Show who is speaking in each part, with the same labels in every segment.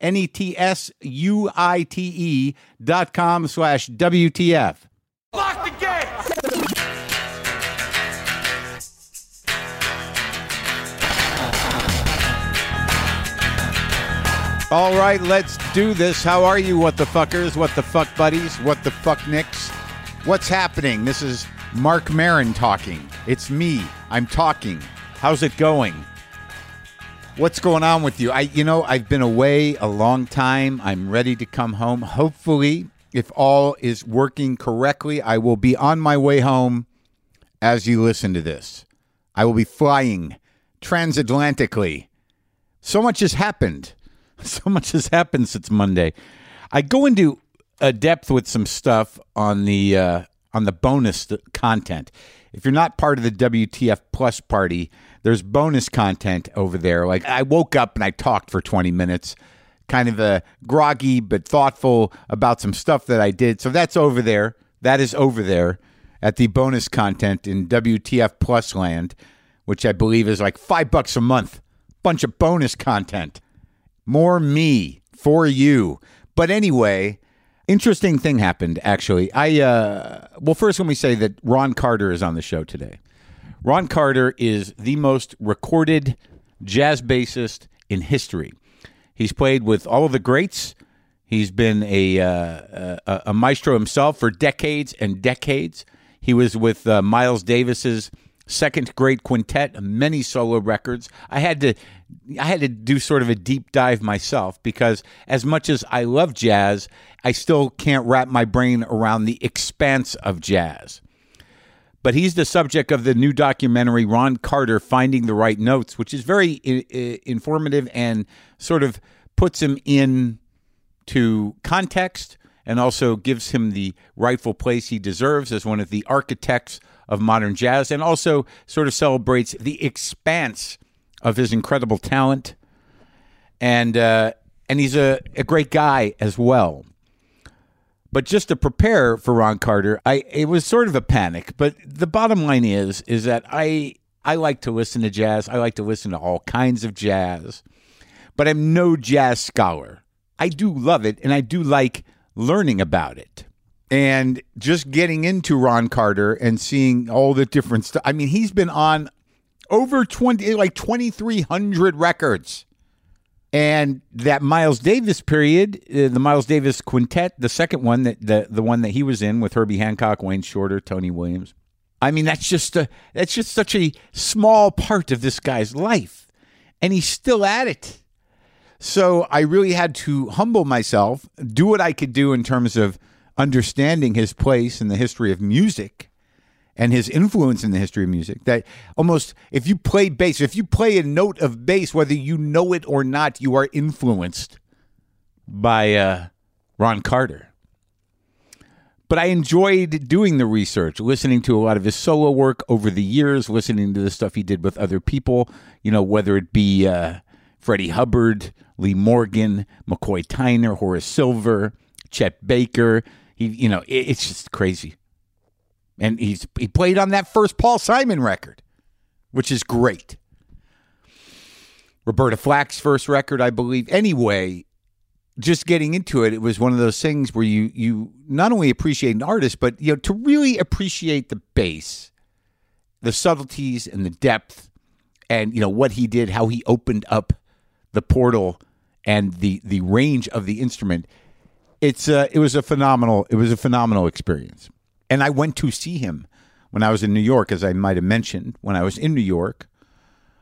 Speaker 1: N E T S U I T E dot com slash WTF.
Speaker 2: Lock the gate!
Speaker 1: All right, let's do this. How are you, what the fuckers? What the fuck buddies? What the fuck nicks? What's happening? This is Mark Marin talking. It's me. I'm talking. How's it going? What's going on with you? I you know, I've been away a long time. I'm ready to come home. Hopefully, if all is working correctly, I will be on my way home as you listen to this. I will be flying transatlantically. So much has happened. So much has happened since Monday. I go into a depth with some stuff on the uh, on the bonus th- content. If you're not part of the WTF Plus party, there's bonus content over there. Like I woke up and I talked for 20 minutes, kind of a groggy but thoughtful about some stuff that I did. So that's over there. That is over there at the bonus content in WTF Plus land, which I believe is like five bucks a month. Bunch of bonus content more me for you. But anyway, interesting thing happened actually. I uh well first let me say that Ron Carter is on the show today. Ron Carter is the most recorded jazz bassist in history. He's played with all of the greats. He's been a uh, a, a maestro himself for decades and decades. He was with uh, Miles Davis's second great quintet, many solo records. I had to I had to do sort of a deep dive myself because as much as I love jazz, I still can't wrap my brain around the expanse of jazz but he's the subject of the new documentary Ron Carter Finding the Right Notes, which is very I- I- informative and sort of puts him in to context and also gives him the rightful place he deserves as one of the architects of modern jazz and also sort of celebrates the expanse of his incredible talent and uh, and he's a, a great guy as well. But just to prepare for Ron Carter, I it was sort of a panic. But the bottom line is is that I I like to listen to jazz. I like to listen to all kinds of jazz. But I'm no jazz scholar. I do love it and I do like learning about it. And just getting into Ron Carter and seeing all the different stuff. I mean, he's been on over 20 like 2300 records. And that Miles Davis period, uh, the Miles Davis quintet, the second one that the the one that he was in with Herbie Hancock, Wayne Shorter, Tony Williams. I mean, that's just a that's just such a small part of this guy's life, and he's still at it. So I really had to humble myself, do what I could do in terms of understanding his place in the history of music and his influence in the history of music. That almost, if you play bass, if you play a note of bass, whether you know it or not, you are influenced by uh, Ron Carter. But I enjoyed doing the research, listening to a lot of his solo work over the years, listening to the stuff he did with other people, you know, whether it be uh, Freddie Hubbard, Lee Morgan, McCoy Tyner, Horace Silver, Chet Baker. He, you know, it, it's just crazy. And he's he played on that first Paul Simon record, which is great. Roberta Flack's first record, I believe. Anyway, just getting into it, it was one of those things where you you not only appreciate an artist, but you know to really appreciate the bass, the subtleties and the depth, and you know what he did, how he opened up the portal and the the range of the instrument. it's uh, it was a phenomenal it was a phenomenal experience and i went to see him when i was in new york as i might have mentioned when i was in new york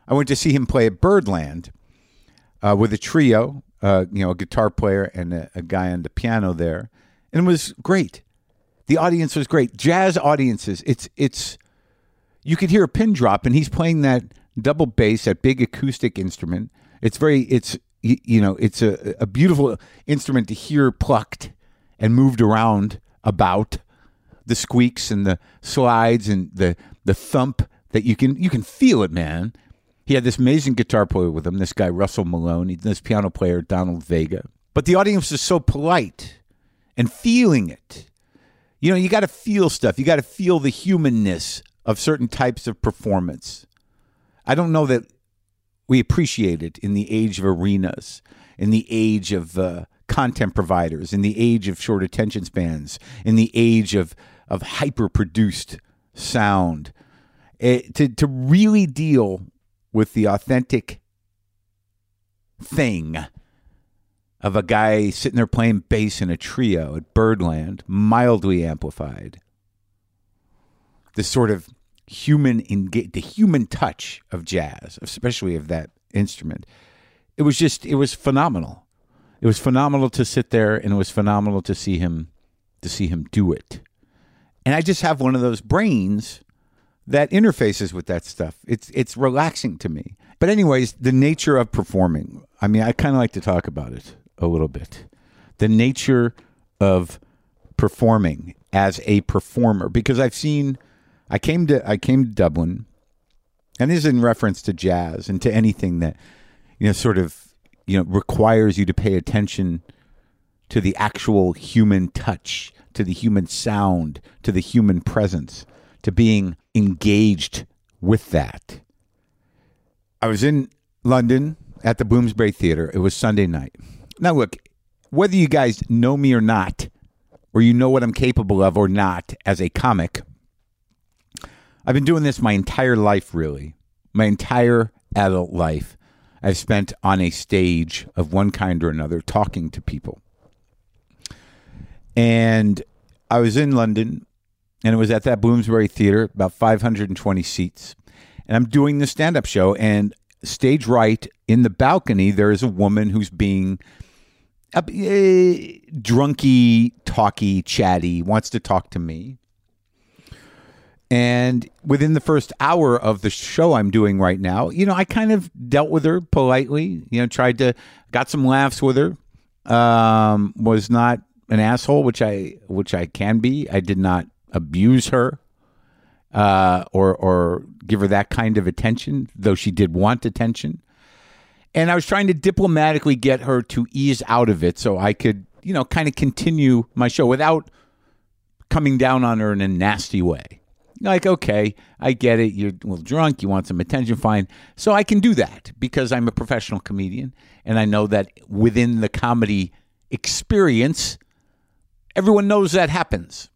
Speaker 1: i went to see him play at birdland uh, with a trio uh, you know a guitar player and a, a guy on the piano there and it was great the audience was great jazz audiences it's it's you could hear a pin drop and he's playing that double bass that big acoustic instrument it's very it's y- you know it's a, a beautiful instrument to hear plucked and moved around about the squeaks and the slides and the the thump that you can you can feel it man he had this amazing guitar player with him this guy russell malone this piano player donald vega but the audience is so polite and feeling it you know, you got to feel stuff. You got to feel the humanness of certain types of performance. I don't know that we appreciate it in the age of arenas, in the age of uh, content providers, in the age of short attention spans, in the age of of hyper produced sound. It- to to really deal with the authentic thing of a guy sitting there playing bass in a trio at Birdland, mildly amplified. This sort of human enga- the human touch of jazz, especially of that instrument. It was just it was phenomenal. It was phenomenal to sit there and it was phenomenal to see him to see him do it. And I just have one of those brains that interfaces with that stuff. It's it's relaxing to me. But anyways, the nature of performing. I mean, I kind of like to talk about it a little bit. The nature of performing as a performer because I've seen I came to I came to Dublin and this is in reference to jazz and to anything that you know sort of you know requires you to pay attention to the actual human touch, to the human sound, to the human presence, to being engaged with that. I was in London at the Bloomsbury Theater. It was Sunday night. Now, look, whether you guys know me or not, or you know what I'm capable of or not as a comic, I've been doing this my entire life, really. My entire adult life, I've spent on a stage of one kind or another talking to people and I was in London, and it was at that Bloomsbury Theater, about 520 seats, and I'm doing the stand-up show, and stage right in the balcony there is a woman who's being uh, eh, drunky, talky, chatty, wants to talk to me. And within the first hour of the show I'm doing right now, you know, I kind of dealt with her politely, you know, tried to, got some laughs with her. Um, was not an asshole, which I, which I can be. I did not abuse her, uh, or, or give her that kind of attention, though she did want attention. And I was trying to diplomatically get her to ease out of it so I could, you know, kind of continue my show without coming down on her in a nasty way. Like, okay, I get it. You're a little drunk. You want some attention. Fine. So I can do that because I'm a professional comedian. And I know that within the comedy experience, everyone knows that happens.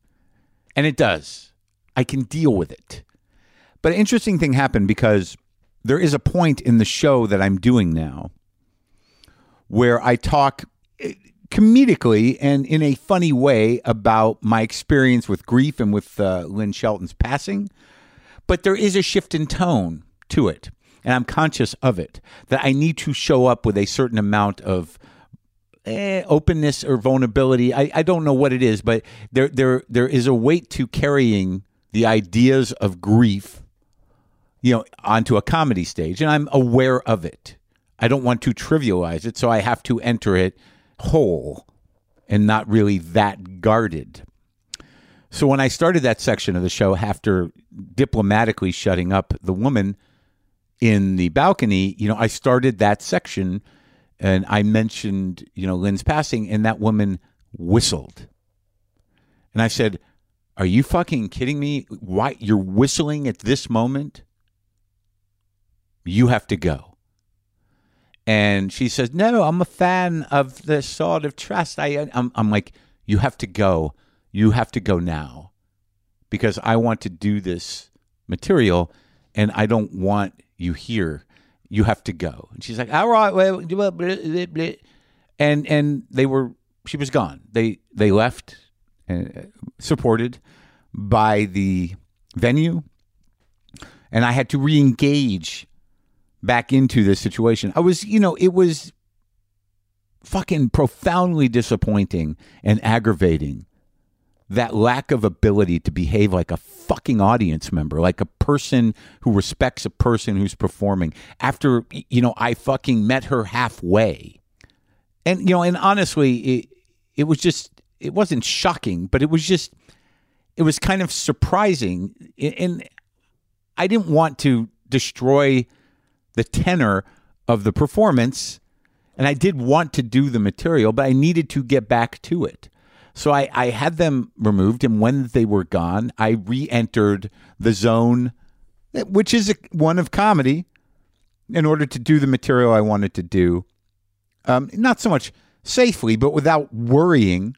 Speaker 1: And it does. I can deal with it. But an interesting thing happened because there is a point in the show that I'm doing now where I talk eh, comedically and in a funny way about my experience with grief and with uh, Lynn Shelton's passing. But there is a shift in tone to it. And I'm conscious of it that I need to show up with a certain amount of eh, openness or vulnerability. I, I don't know what it is, but there there there is a weight to carrying the ideas of grief, you know, onto a comedy stage, and I'm aware of it. I don't want to trivialize it, so I have to enter it whole and not really that guarded. So when I started that section of the show after diplomatically shutting up the woman, in the balcony, you know, I started that section and I mentioned, you know, Lynn's passing, and that woman whistled. And I said, Are you fucking kidding me? Why you're whistling at this moment? You have to go. And she says, No, I'm a fan of the sort of trust. I, I'm, I'm like, You have to go. You have to go now because I want to do this material and I don't want you here. You have to go. And she's like, all right, well, blah, blah, blah, blah." and and they were she was gone. They they left, uh, supported by the venue, and I had to re-engage back into this situation. I was, you know, it was fucking profoundly disappointing and aggravating that lack of ability to behave like a fucking audience member, like a person who respects a person who's performing. After y- you know, I fucking met her halfway and you know and honestly it it was just it wasn't shocking but it was just it was kind of surprising A- and i didn't want to destroy the tenor of the performance and i did want to do the material but i needed to get back to it so i i had them removed and when they were gone i re-entered the zone which is a, one of comedy in order to do the material i wanted to do um, not so much safely, but without worrying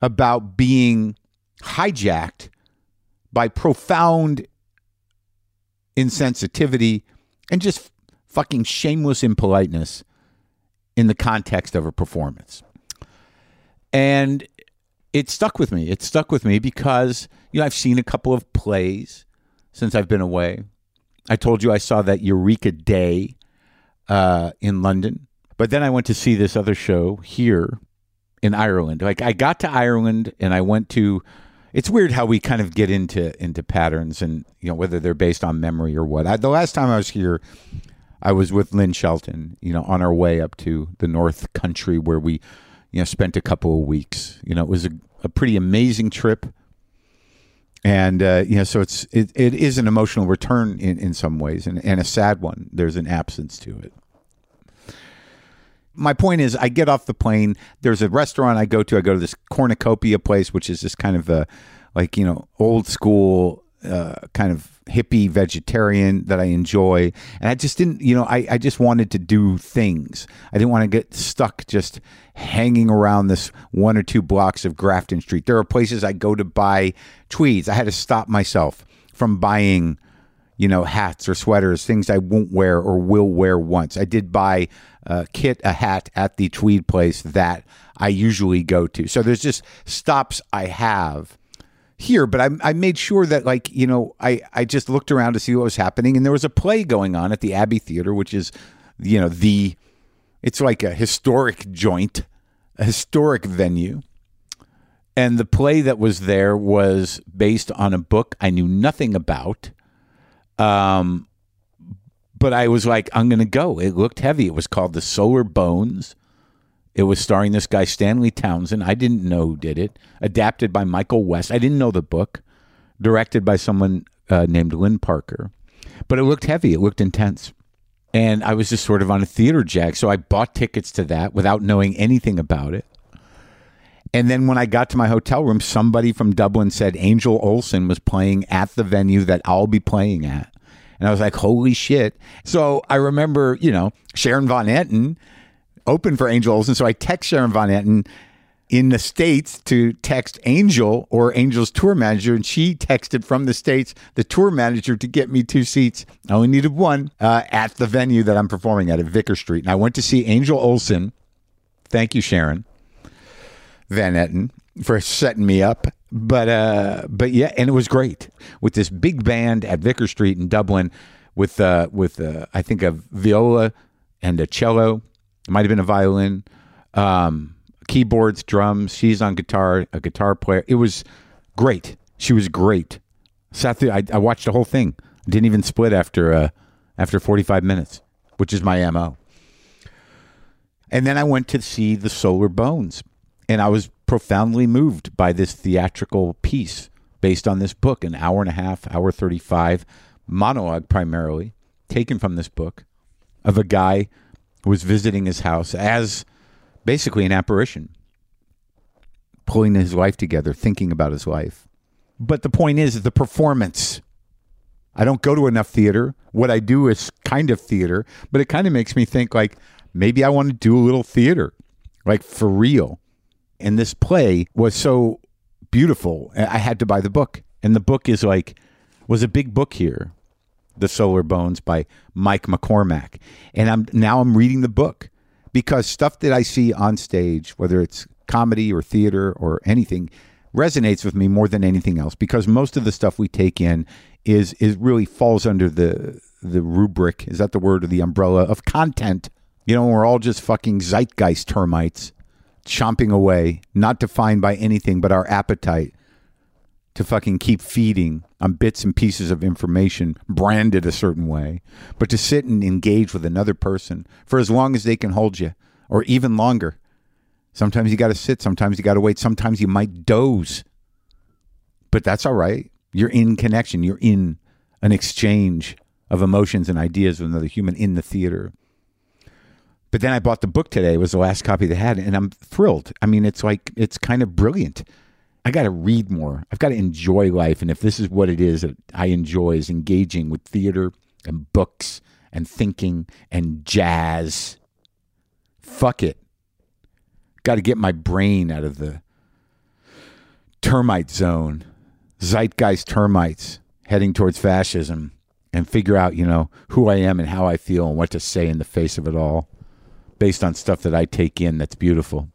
Speaker 1: about being hijacked by profound insensitivity and just fucking shameless impoliteness in the context of a performance. And it stuck with me. It stuck with me because, you know, I've seen a couple of plays since I've been away. I told you I saw that Eureka Day uh, in London. But then I went to see this other show here in Ireland. Like I got to Ireland and I went to it's weird how we kind of get into into patterns and you know whether they're based on memory or what. I, the last time I was here I was with Lynn Shelton, you know, on our way up to the North Country where we you know spent a couple of weeks. You know, it was a, a pretty amazing trip and uh, you know, so it's it, it is an emotional return in, in some ways, and, and a sad one. There's an absence to it. My point is, I get off the plane. There's a restaurant I go to. I go to this cornucopia place, which is this kind of a like you know old school uh, kind of hippie vegetarian that I enjoy. And I just didn't, you know, I I just wanted to do things. I didn't want to get stuck just hanging around this one or two blocks of Grafton Street. There are places I go to buy tweeds. I had to stop myself from buying you know, hats or sweaters, things I won't wear or will wear once. I did buy a kit, a hat at the Tweed place that I usually go to. So there's just stops I have here, but I, I made sure that, like, you know, I, I just looked around to see what was happening. And there was a play going on at the Abbey Theater, which is, you know, the, it's like a historic joint, a historic venue. And the play that was there was based on a book I knew nothing about but I was like, I'm going to go. It looked heavy. It was called The Solar Bones. It was starring this guy, Stanley Townsend. I didn't know who did it. Adapted by Michael West. I didn't know the book. Directed by someone uh, named Lynn Parker. But it looked heavy. It looked intense. And I was just sort of on a theater jag. So I bought tickets to that without knowing anything about it. And then when I got to my hotel room, somebody from Dublin said Angel Olsen was playing at the venue that I'll be playing at. And I was like, holy shit. So I remember, you know, Sharon Von Etten opened for Angel Olsen. So I text Sharon Von Etten in the States to text Angel or Angel's tour manager. And she texted from the States the tour manager to get me two seats. I only needed one uh, at the venue that I'm performing at, at Vicker Street. And I went to see Angel Olsen. Thank you, Sharon. Van Etten for setting me up. But uh, but yeah, and it was great with this big band at Vicker Street in Dublin, with uh, with uh, I think a viola and a cello, It might have been a violin, um, keyboards, drums. She's on guitar, a guitar player. It was great. She was great. Sat through. I, I watched the whole thing. Didn't even split after uh, after forty five minutes, which is my mo. And then I went to see The Solar Bones. And I was profoundly moved by this theatrical piece based on this book, an hour and a half, hour 35, monologue primarily, taken from this book of a guy who was visiting his house as basically an apparition, pulling his life together, thinking about his life. But the point is the performance. I don't go to enough theater. What I do is kind of theater, but it kind of makes me think like maybe I want to do a little theater, like for real. And this play was so beautiful. I I had to buy the book. And the book is like, was a big book here, The Solar Bones by Mike McCormack. And I'm now I'm reading the book because stuff that I see on stage, whether it's comedy or theater or anything resonates with me more than anything else because most of the stuff we take in is is really falls under the the rubric is that the word or the umbrella of content you know we're all just fucking zeitgeist termites chomping away not defined by anything but our appetite to fucking keep feeding on bits and pieces of information branded a certain way, but to sit and engage with another person for as long as they can hold you or even longer. Sometimes you got to sit, sometimes you got to wait, sometimes you might doze. But that's all right. You're in connection, you're in an exchange of emotions and ideas with another human in the theater. But then I bought the book today, it was the last copy they had, and I'm thrilled. I mean, it's like, it's kind of brilliant. I got to read more. I've got to enjoy life. And if this is what it is that I enjoy is engaging with theater and books and thinking and jazz. Fuck it. Got to get my brain out of the termite zone, zeitgeist termites heading towards fascism and figure out, you know, who I am and how I feel and what to say in the face of it all based on stuff that I take in that's beautiful.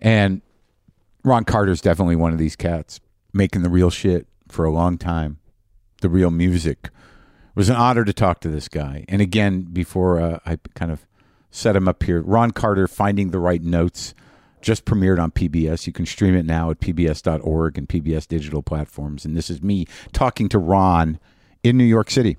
Speaker 1: And Ron Carter's definitely one of these cats making the real shit for a long time, the real music. It was an honor to talk to this guy. And again, before uh, I kind of set him up here, Ron Carter, Finding the Right Notes, just premiered on PBS. You can stream it now at pbs.org and PBS digital platforms. And this is me talking to Ron in New York City.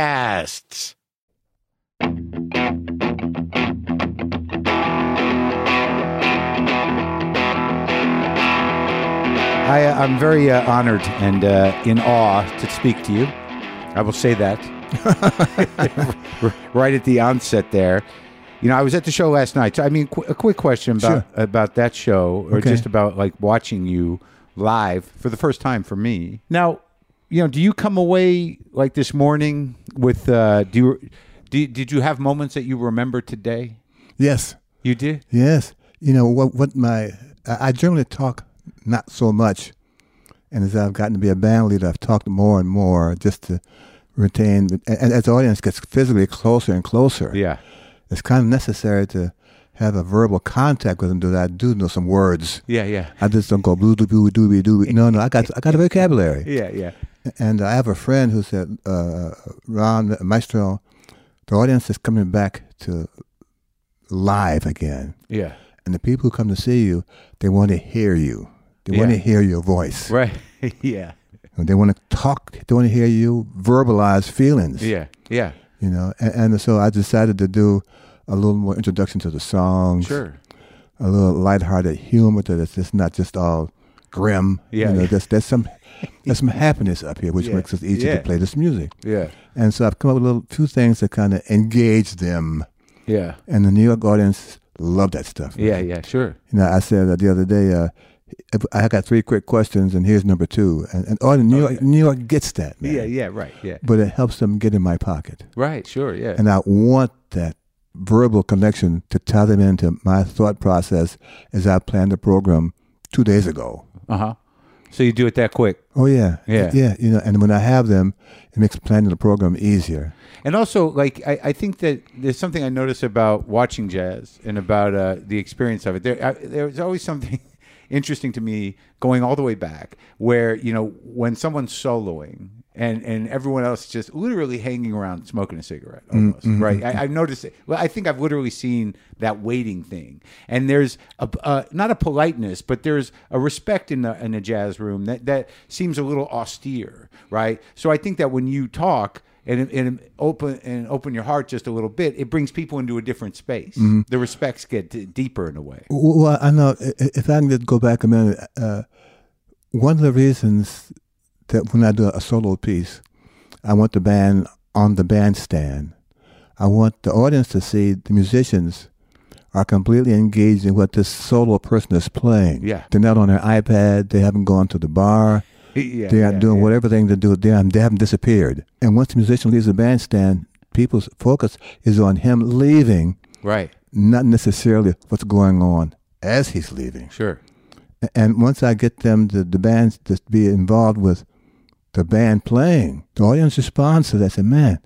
Speaker 1: Podcasts. I, uh, I'm very uh, honored and uh, in awe to speak to you. I will say that R- right at the onset there. You know, I was at the show last night. So, I mean, qu- a quick question about about that show, or
Speaker 3: Okay.
Speaker 1: just about like watching you live for the first time for me. Now, you know, do you come away like this morning with? Uh, do you do, did you have moments that you remember today?
Speaker 3: Yes,
Speaker 1: You did.
Speaker 3: yes. You know what? What my I I generally talk not so much, and as I've gotten to be a band leader, I've talked more and more just to retain. And as the audience gets physically closer and closer,
Speaker 1: Yeah.
Speaker 3: it's kind of necessary to have a verbal contact with them. Do that? I do know some words.
Speaker 1: Yeah. Yeah.
Speaker 3: I just don't go blue doo doo doo doo. No, no. I got I got a vocabulary.
Speaker 1: Yeah. Yeah.
Speaker 3: And I have a friend who said, uh, Ron Maestro, the audience is coming back to live again.
Speaker 1: Yeah.
Speaker 3: And the people who come to see you, they want to hear you. They want
Speaker 1: Yeah.
Speaker 3: to hear your voice.
Speaker 1: Right. yeah.
Speaker 3: And They want to talk. They want to hear you verbalize feelings.
Speaker 1: Yeah. Yeah.
Speaker 3: You know, and, and so I decided to do a little more introduction to the songs.
Speaker 1: Sure.
Speaker 3: A little lighthearted humor that it's just not just all grim.
Speaker 1: Yeah.
Speaker 3: You know, there's, there's some there's some happiness up here, which
Speaker 1: Yeah.
Speaker 3: makes it easy
Speaker 1: Yeah.
Speaker 3: to play this music.
Speaker 1: Yeah.
Speaker 3: And so I've come up with a little, few things that kind of engage them.
Speaker 1: Yeah.
Speaker 3: And the New York audience love that stuff.
Speaker 1: Yeah. Yeah. Sure.
Speaker 3: You know, I said that the other day, uh, if- I got three quick questions, and here's number two. And, and all the New, York, New York gets that, man.
Speaker 1: Yeah. Yeah. Right. Yeah.
Speaker 3: But it helps them get in my pocket.
Speaker 1: Right. Sure. Yeah.
Speaker 3: And I want that verbal connection to tie them into my thought process as I planned the program two days ago.
Speaker 1: Uh huh. So you do it that quick.
Speaker 3: Oh, yeah.
Speaker 1: Yeah.
Speaker 3: Yeah. You know, and when I have them, it makes planning the program easier.
Speaker 1: And also, like, I, I think that there's something I notice about watching jazz and about uh, the experience of it. There, I, there's always something interesting to me going all the way back where, you know, when someone's soloing
Speaker 4: and and everyone else just literally hanging around smoking a cigarette almost right I, i've noticed it well i think i've literally seen that waiting thing and there's a uh, not a politeness but there's a respect in the in the jazz room that that seems a little austere right so i think that when you talk and, and open and open your heart just a little bit. It brings people into a different space.
Speaker 3: Mm-hmm.
Speaker 4: The respects get d- deeper in a way.
Speaker 3: Well, I know i- i- if I can just go back a minute, uh, one of the reasons that when I do a solo piece, I want the band on the bandstand. I want the audience to see the musicians are completely engaged in what this solo person is playing.
Speaker 4: Yeah.
Speaker 3: They're not on their iPad. They haven't gone to the bar.
Speaker 4: Yeah,
Speaker 3: they are
Speaker 4: yeah,
Speaker 3: doing
Speaker 4: yeah.
Speaker 3: whatever thing to do. They, haven't- they haven't disappeared. And once the musician leaves the bandstand, people's focus is on him leaving
Speaker 4: Right.
Speaker 3: not necessarily what's going on as he's leaving.
Speaker 4: Sure.
Speaker 3: And once I get them to the bands to be involved with the band playing, the audience responds to that. I say, man,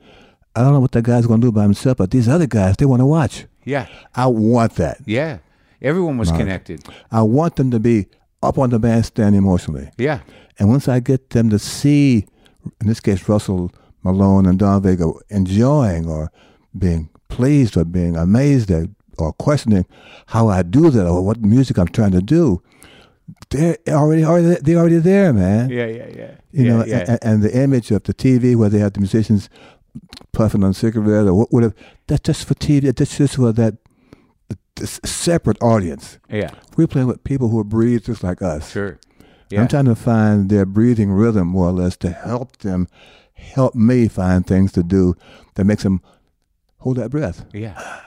Speaker 3: I don't know what that guy's going to do by himself, but these other guys, they want to watch.
Speaker 4: Yeah.
Speaker 3: I want that.
Speaker 4: Yeah. Everyone was connected.
Speaker 3: I want them to be up on the bandstand emotionally.
Speaker 4: Yeah.
Speaker 3: And once I get them to see, in this case, Russell Malone and Don Vega enjoying or being pleased or being amazed at or questioning how I do that or what music I'm trying to do, they're already, already they're already there, man.
Speaker 4: Yeah. Yeah. Yeah.
Speaker 3: You
Speaker 4: yeah,
Speaker 3: know,
Speaker 4: yeah.
Speaker 3: And, and the image of the TV where they have the musicians puffing on cigarettes or wha- whatever, that's just for TV. That's just for that this separate audience.
Speaker 4: yeah.
Speaker 3: We're playing with people who breathe just like us.
Speaker 4: Sure. Yeah.
Speaker 3: I'm trying to find their breathing rhythm more or less to help them help me find things to do that makes them hold that breath.
Speaker 4: yeah.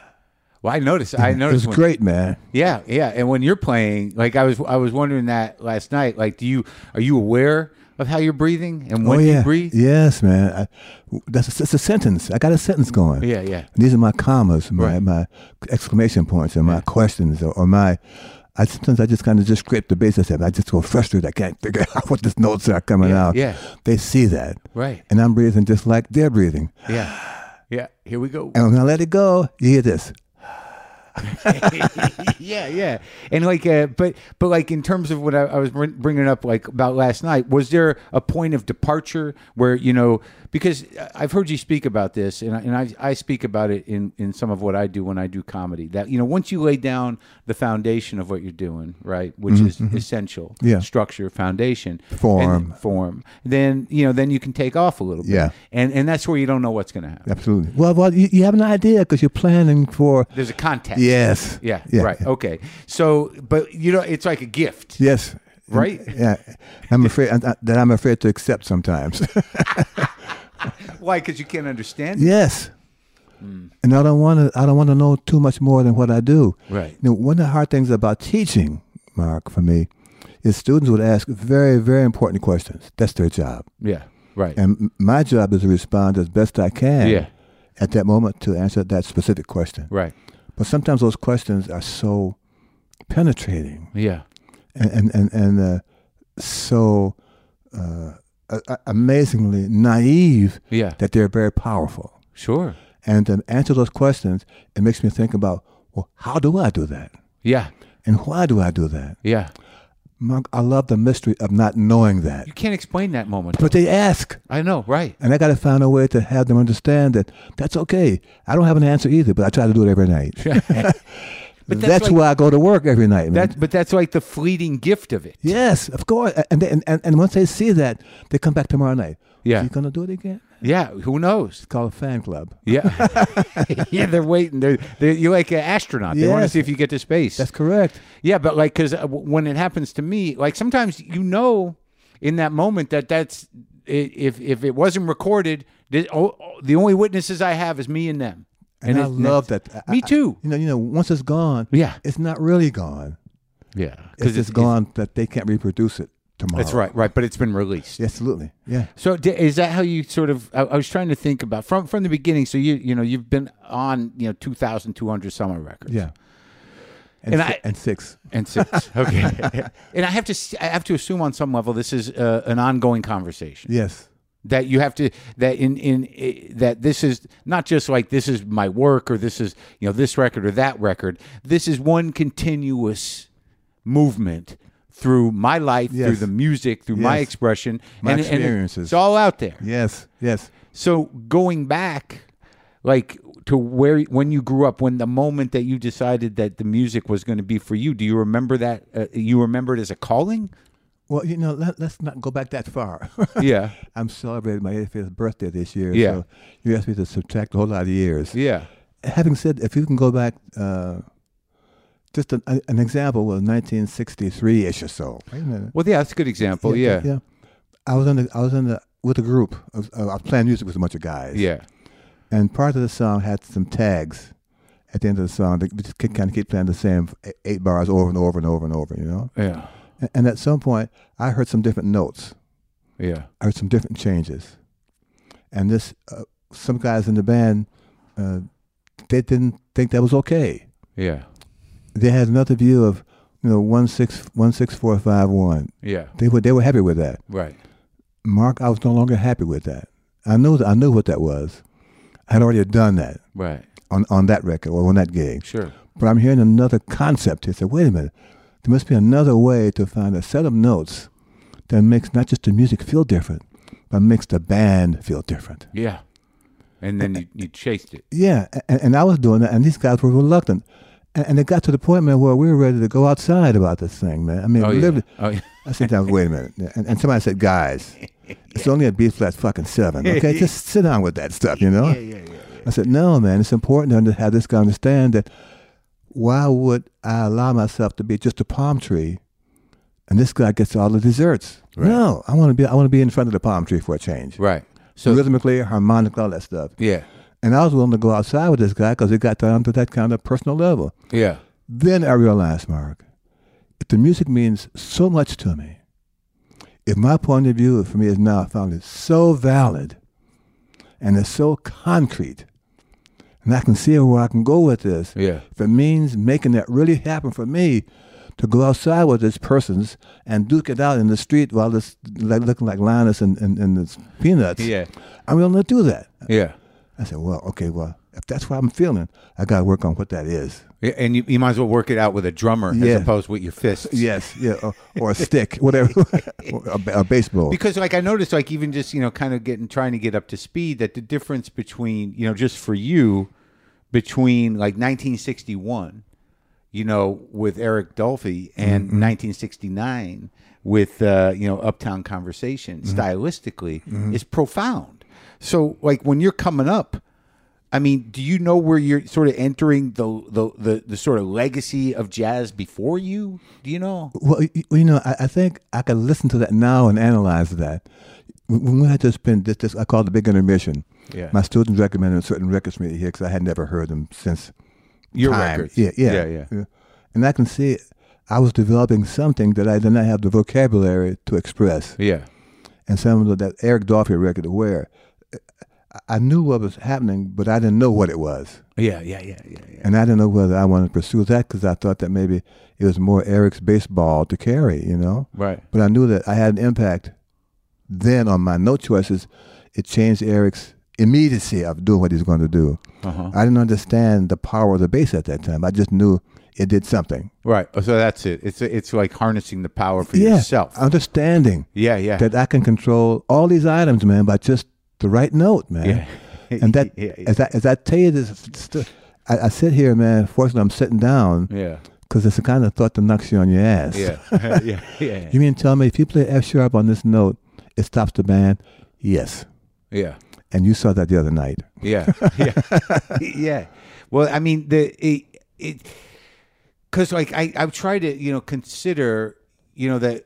Speaker 4: Well, I noticed. I noticed.
Speaker 3: It's
Speaker 4: when-
Speaker 3: great, man.
Speaker 4: Yeah, yeah. And when you're playing, like I was, I was wondering that last night. Like, do you are you aware of how you're breathing and when
Speaker 3: oh yeah,
Speaker 4: you breathe?
Speaker 3: yes, man. I, that's a, that's a sentence. I got a sentence going.
Speaker 4: Yeah, yeah.
Speaker 3: These are my commas, my
Speaker 4: Right.
Speaker 3: my exclamation points, and my questions, or, or my. I sometimes I just kind of just scrape the bass. I I just go frustrated. I can't figure out what these notes are coming
Speaker 4: Yeah,
Speaker 3: out.
Speaker 4: yeah.
Speaker 3: they see that,
Speaker 4: Right.
Speaker 3: and I'm breathing just like they're breathing.
Speaker 4: Yeah. Yeah. Here we go.
Speaker 3: And when I let it go, you hear this.
Speaker 4: yeah, yeah, and like, uh, but but like in terms of what I, I was br- bringing up, like about last night, was there a point of departure where you know because I've heard you speak about this, and I, and I I speak about it in in some of what I do when I do comedy that you know once you lay down the foundation of what you're doing, right, which is essential,
Speaker 3: Mm-hmm, Yeah.
Speaker 4: structure, foundation, and
Speaker 3: Form.
Speaker 4: form, then you know then you can take off a little bit,
Speaker 3: Yeah.
Speaker 4: and and that's where you don't know what's going to happen.
Speaker 3: Absolutely. Well, well, you, you have an idea because you're planning for.
Speaker 4: There's a context.
Speaker 3: Yes.
Speaker 4: Yeah,
Speaker 3: Yeah.
Speaker 4: Right. Okay. So, but you know, it's like a gift.
Speaker 3: Yes.
Speaker 4: Right?
Speaker 3: Yeah. I'm afraid I, that I'm afraid to accept sometimes.
Speaker 4: Why? Because you can't understand. it?
Speaker 3: yes.
Speaker 4: Hmm.
Speaker 3: And I don't want to. I don't want to know too much more than what I do.
Speaker 4: Right.
Speaker 3: You know, one of the hard things about teaching, Mark, for me, is students would ask very, very important questions. That's their job,
Speaker 4: Yeah. Right.
Speaker 3: and m- my job is to respond as best I can.
Speaker 4: Yeah.
Speaker 3: At that moment, to answer that specific question.
Speaker 4: Right.
Speaker 3: But sometimes those questions are so penetrating.
Speaker 4: Yeah.
Speaker 3: and and and uh, so uh, a- a- amazingly naive
Speaker 4: Yeah.
Speaker 3: that they're very powerful.
Speaker 4: Sure.
Speaker 3: And to answer those questions, it makes me think about well, how do I do that,
Speaker 4: Yeah.
Speaker 3: and why do I do that?
Speaker 4: Yeah.
Speaker 3: Mark, I love the mystery of not knowing that,
Speaker 4: You can't explain that moment.
Speaker 3: but they ask.
Speaker 4: I know. Right.
Speaker 3: And I got to find a way to have them understand that that's okay. I don't have an answer either, but I try to do it every night.
Speaker 4: But that's
Speaker 3: that's
Speaker 4: like-
Speaker 3: why I go to work every night. Man.
Speaker 4: That's but that's like the fleeting gift of it.
Speaker 3: Yes, of course. A- And, they, and and and once they see that, they come back tomorrow night.
Speaker 4: Yeah.
Speaker 3: you gonna do it again?
Speaker 4: Yeah. Who knows?
Speaker 3: It's called a fan club.
Speaker 4: Yeah. yeah. They're waiting. They're, they're you're like an astronaut. They want to
Speaker 3: Yes.
Speaker 4: see if you get to space.
Speaker 3: That's correct.
Speaker 4: Yeah, but like, because when it happens to me, like sometimes you know in that moment that that's i- if if it wasn't recorded, the, oh, oh, the only witnesses I have is me and them.
Speaker 3: And, I
Speaker 4: it-
Speaker 3: love that. I-
Speaker 4: me
Speaker 3: I-
Speaker 4: too.
Speaker 3: you know, you know, once it's gone,
Speaker 4: Yeah.
Speaker 3: it's not really gone.
Speaker 4: yeah,
Speaker 3: It's just gone that they can't reproduce it tomorrow.
Speaker 4: That's right, right. But it's been released.
Speaker 3: Yeah, absolutely. Yeah.
Speaker 4: So di- is that how you sort of? I, I was trying to think about from from the beginning. So you you know you've been on you know two thousand two hundred summer records.
Speaker 3: Yeah. And
Speaker 4: And
Speaker 3: si-
Speaker 4: I-
Speaker 3: and six.
Speaker 4: and six. okay. and I have to s- I have to assume on some level this is uh, an ongoing conversation.
Speaker 3: Yes.
Speaker 4: that you have to that in in eh, that this is not just like this is my work or this is you know this record or that record this is one continuous movement through my life,
Speaker 3: Yes.
Speaker 4: through the music, through my
Speaker 3: Yes.
Speaker 4: expression,
Speaker 3: My
Speaker 4: and, and
Speaker 3: experiences.
Speaker 4: it's all out there.
Speaker 3: Yes, yes.
Speaker 4: So going back, like to where when you grew up, when the moment that you decided that the music was going to be for you, do you remember that? Uh, you remember it as a calling?
Speaker 3: Well, you know, let, let's not go back that far.
Speaker 4: Yeah.
Speaker 3: I'm celebrating my 85th birthday this year.
Speaker 4: Yeah.
Speaker 3: So you asked me to subtract a whole lot of years.
Speaker 4: Yeah.
Speaker 3: Having said, if you can go back, uh, just an, an example was 1963 ish or so. Wait a minute.
Speaker 4: Well, yeah, that's a good example. Yeah. Yeah.
Speaker 3: yeah. I was on the I was on the with a group. I was, I was playing music with a bunch of guys. And part of the song had some tags at the end of the song. They just kind of keep playing the same e, eight bars over and over and over and over. You know.
Speaker 4: Yeah.
Speaker 3: And, and at some point, I heard some different notes.
Speaker 4: Yeah.
Speaker 3: I heard some different changes. And this, uh, some guys in the band, uh, they didn't think that was okay.
Speaker 4: Yeah.
Speaker 3: They had another view of, you know, one six one six four five one.
Speaker 4: Yeah.
Speaker 3: They were they were happy with that.
Speaker 4: Right.
Speaker 3: Mark, I was no longer happy with that. I knew I knew what that was. I had already done that
Speaker 4: Right.
Speaker 3: on, on that record or on that gig.
Speaker 4: Sure.
Speaker 3: But I'm hearing another concept here. So wait a minute, there must be another way to find a set of notes that makes not just the music feel different, but makes the band feel different.
Speaker 4: Yeah. And then you, you chased it.
Speaker 3: Yeah, a- and, and I was doing that, and these guys were reluctant. And, and it got to the point, man, where we were ready to go outside about this thing, man. I mean,
Speaker 4: Oh yeah.
Speaker 3: literally,
Speaker 4: Oh, yeah.
Speaker 3: I said, down, wait a minute. Yeah, And, and somebody said, guys, it's only a B flat fucking seven, okay? Just sit down with that stuff, you know?
Speaker 4: yeah, yeah,
Speaker 3: I said, no, man, it's important to under- have this guy understand that why would I allow myself to be just a palm tree and this guy gets all the desserts? No, I want to be I want to be in front of the palm tree for a change.
Speaker 4: Right.
Speaker 3: So
Speaker 4: So
Speaker 3: rhythmically, harmonically, all that stuff.
Speaker 4: yeah.
Speaker 3: And I was willing to go outside with this guy because it got down to that kind of personal level.
Speaker 4: Yeah.
Speaker 3: Then I realized, Mark, if the music means so much to me, if my point of view for me is now found it so valid and it's so concrete, and I can see where I can go with this,
Speaker 4: Yeah.
Speaker 3: if it means making that really happen for me to go outside with this person's and duke it out in the street while this like, looking like Linus and, and, and this peanuts,
Speaker 4: Yeah.
Speaker 3: I'm willing to do that.
Speaker 4: Yeah.
Speaker 3: I said, well, okay, well, if that's what I'm feeling, I got to work on what that is.
Speaker 4: Yeah, and you, you might as well work it out with a drummer
Speaker 3: Yeah.
Speaker 4: as opposed with your fists.
Speaker 3: Yes, yeah, or, or a stick, whatever, Or a, ba- a baseball.
Speaker 4: Because like I noticed, like even just you know, kind of getting trying to get up to speed, that the difference between you know, just for you, between like 1961, you know, with Eric Dolphy and
Speaker 3: Mm-hmm.
Speaker 4: 1969 with uh, you know Uptown Conversation,
Speaker 3: Mm-hmm.
Speaker 4: stylistically, is profound. So like when you're coming up. I mean, do you know where you're sort of entering the, the, the, the sort of legacy of jazz before you? Do you know?
Speaker 3: Well, y- y- you know, I, I think I could listen to that now and analyze that. When we had to spend this, this I call it the big intermission.
Speaker 4: Yeah.
Speaker 3: My students recommended certain records for me to hear because I had never heard them since
Speaker 4: Your
Speaker 3: time.
Speaker 4: records.
Speaker 3: Yeah, yeah,
Speaker 4: Yeah, yeah.
Speaker 3: And I can see I was developing something that I did not have the vocabulary to express.
Speaker 4: Yeah.
Speaker 3: and some of that Eric Dolphy record where I- I knew what was happening, but I didn't know what it was.
Speaker 4: Yeah, yeah, yeah, yeah, yeah.
Speaker 3: And I didn't know whether I wanted to pursue that because I thought that maybe it was more Eric's baseball to carry, you know?
Speaker 4: Right.
Speaker 3: But I knew that I had an impact then on my note choices. It changed Eric's immediacy of doing what he's going to do.
Speaker 4: Uh-huh.
Speaker 3: I didn't understand the power of the bass at that time. I just knew it did something.
Speaker 4: Right. Oh, So that's it. It's it's like harnessing the power for yourself.
Speaker 3: Understanding
Speaker 4: yeah, yeah.
Speaker 3: that I can control all these items, man, by just the right note, man.
Speaker 4: Yeah.
Speaker 3: and that
Speaker 4: Yeah, yeah.
Speaker 3: as I as I tell you this, st- I, I sit here, man. Fortunately, I'm sitting down
Speaker 4: yeah.
Speaker 3: because it's the kind of thought that knocks you on your ass.
Speaker 4: Yeah. yeah. Yeah. Yeah.
Speaker 3: You mean tell me if you play F sharp on this note, it stops the band? Yes.
Speaker 4: Yeah.
Speaker 3: And you saw that the other night.
Speaker 4: Yeah. Yeah. yeah. Well, I mean the it it cuz like I I try to, you know, consider, you know that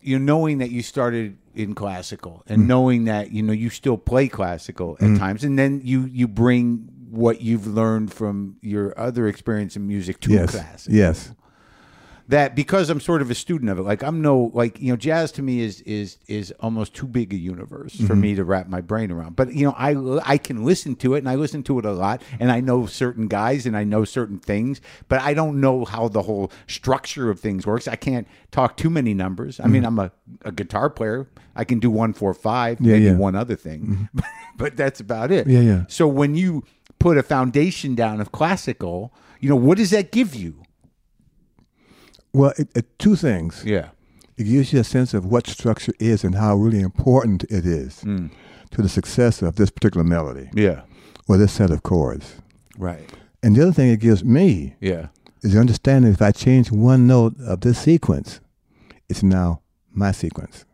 Speaker 4: you know, knowing that you started in classical and knowing that, you know, you still play classical at times and then you you bring what you've learned from your other experience in music to
Speaker 3: Yes.
Speaker 4: classical.
Speaker 3: Yes.
Speaker 4: that because I'm sort of a student of it, like I'm no like you know, jazz to me is is is almost too big a universe
Speaker 3: Mm-hmm.
Speaker 4: for me to wrap my brain around. But you know, I I can listen to it and I listen to it a lot, and I know certain guys and I know certain things, but I don't know how the whole structure of things works. I can't talk too many numbers. I
Speaker 3: Mm-hmm.
Speaker 4: mean, I'm a, a guitar player. I can do one four five, maybe
Speaker 3: yeah. Mm-hmm.
Speaker 4: one other thing, but that's about it.
Speaker 3: Yeah, yeah.
Speaker 4: So when you put a foundation down of classical, you know, what does that give you?
Speaker 3: Well, it, it, two things.
Speaker 4: Yeah.
Speaker 3: it gives you a sense of what structure is and how really important it is
Speaker 4: Mm.
Speaker 3: to the success of this particular melody
Speaker 4: Yeah.
Speaker 3: or this set of chords.
Speaker 4: Right.
Speaker 3: And the other thing it gives me
Speaker 4: Yeah.
Speaker 3: is the understanding if I change one note of this sequence, it's now my sequence.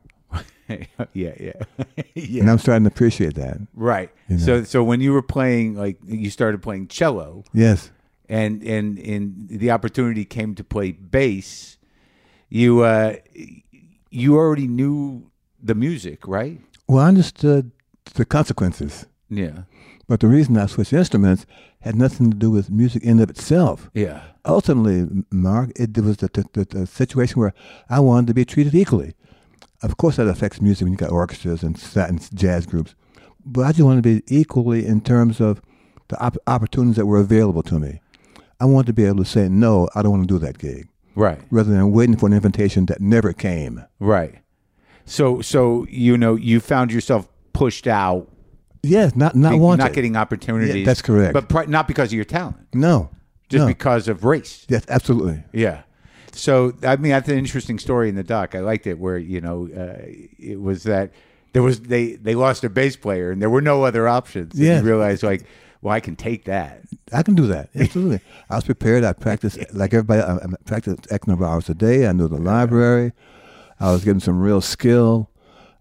Speaker 4: yeah. Yeah. yeah.
Speaker 3: And I'm starting to appreciate that.
Speaker 4: Right. So so when you were playing like you started playing cello
Speaker 3: Yes.
Speaker 4: and and and the opportunity came to play bass, you uh you already knew the music, right?
Speaker 3: Well, I understood the consequences,
Speaker 4: Yeah.
Speaker 3: but the reason I switched instruments had nothing to do with music in and of itself.
Speaker 4: Yeah.
Speaker 3: Ultimately, M- Mark, it was the, the, the, the situation where I wanted to be treated equally. Of course, that affects music when you got orchestras and, sa- and jazz groups, but I just wanted to be equally in terms of the op- opportunities that were available to me. I wanted to be able to say, no, I don't want to do that gig,
Speaker 4: Right.
Speaker 3: rather than waiting for an invitation that never came.
Speaker 4: Right. So so you know you found yourself pushed out,
Speaker 3: Yes, not, not
Speaker 4: be-
Speaker 3: wanted.
Speaker 4: not getting opportunities.
Speaker 3: Yeah, that's correct.
Speaker 4: But pri- not because of your talent,
Speaker 3: No.
Speaker 4: just
Speaker 3: no.
Speaker 4: because of race.
Speaker 3: Yes, absolutely.
Speaker 4: Yeah. So I mean, that's an interesting story in the doc. I liked it where you know uh, it was that there was they they lost their bass player and there were no other options. And
Speaker 3: Yes.
Speaker 4: You realize like, well, I can take that.
Speaker 3: I can do that. Absolutely. I was prepared. I practiced like everybody. I, I practiced X number of hours a day. I knew the library. I was getting some real skill.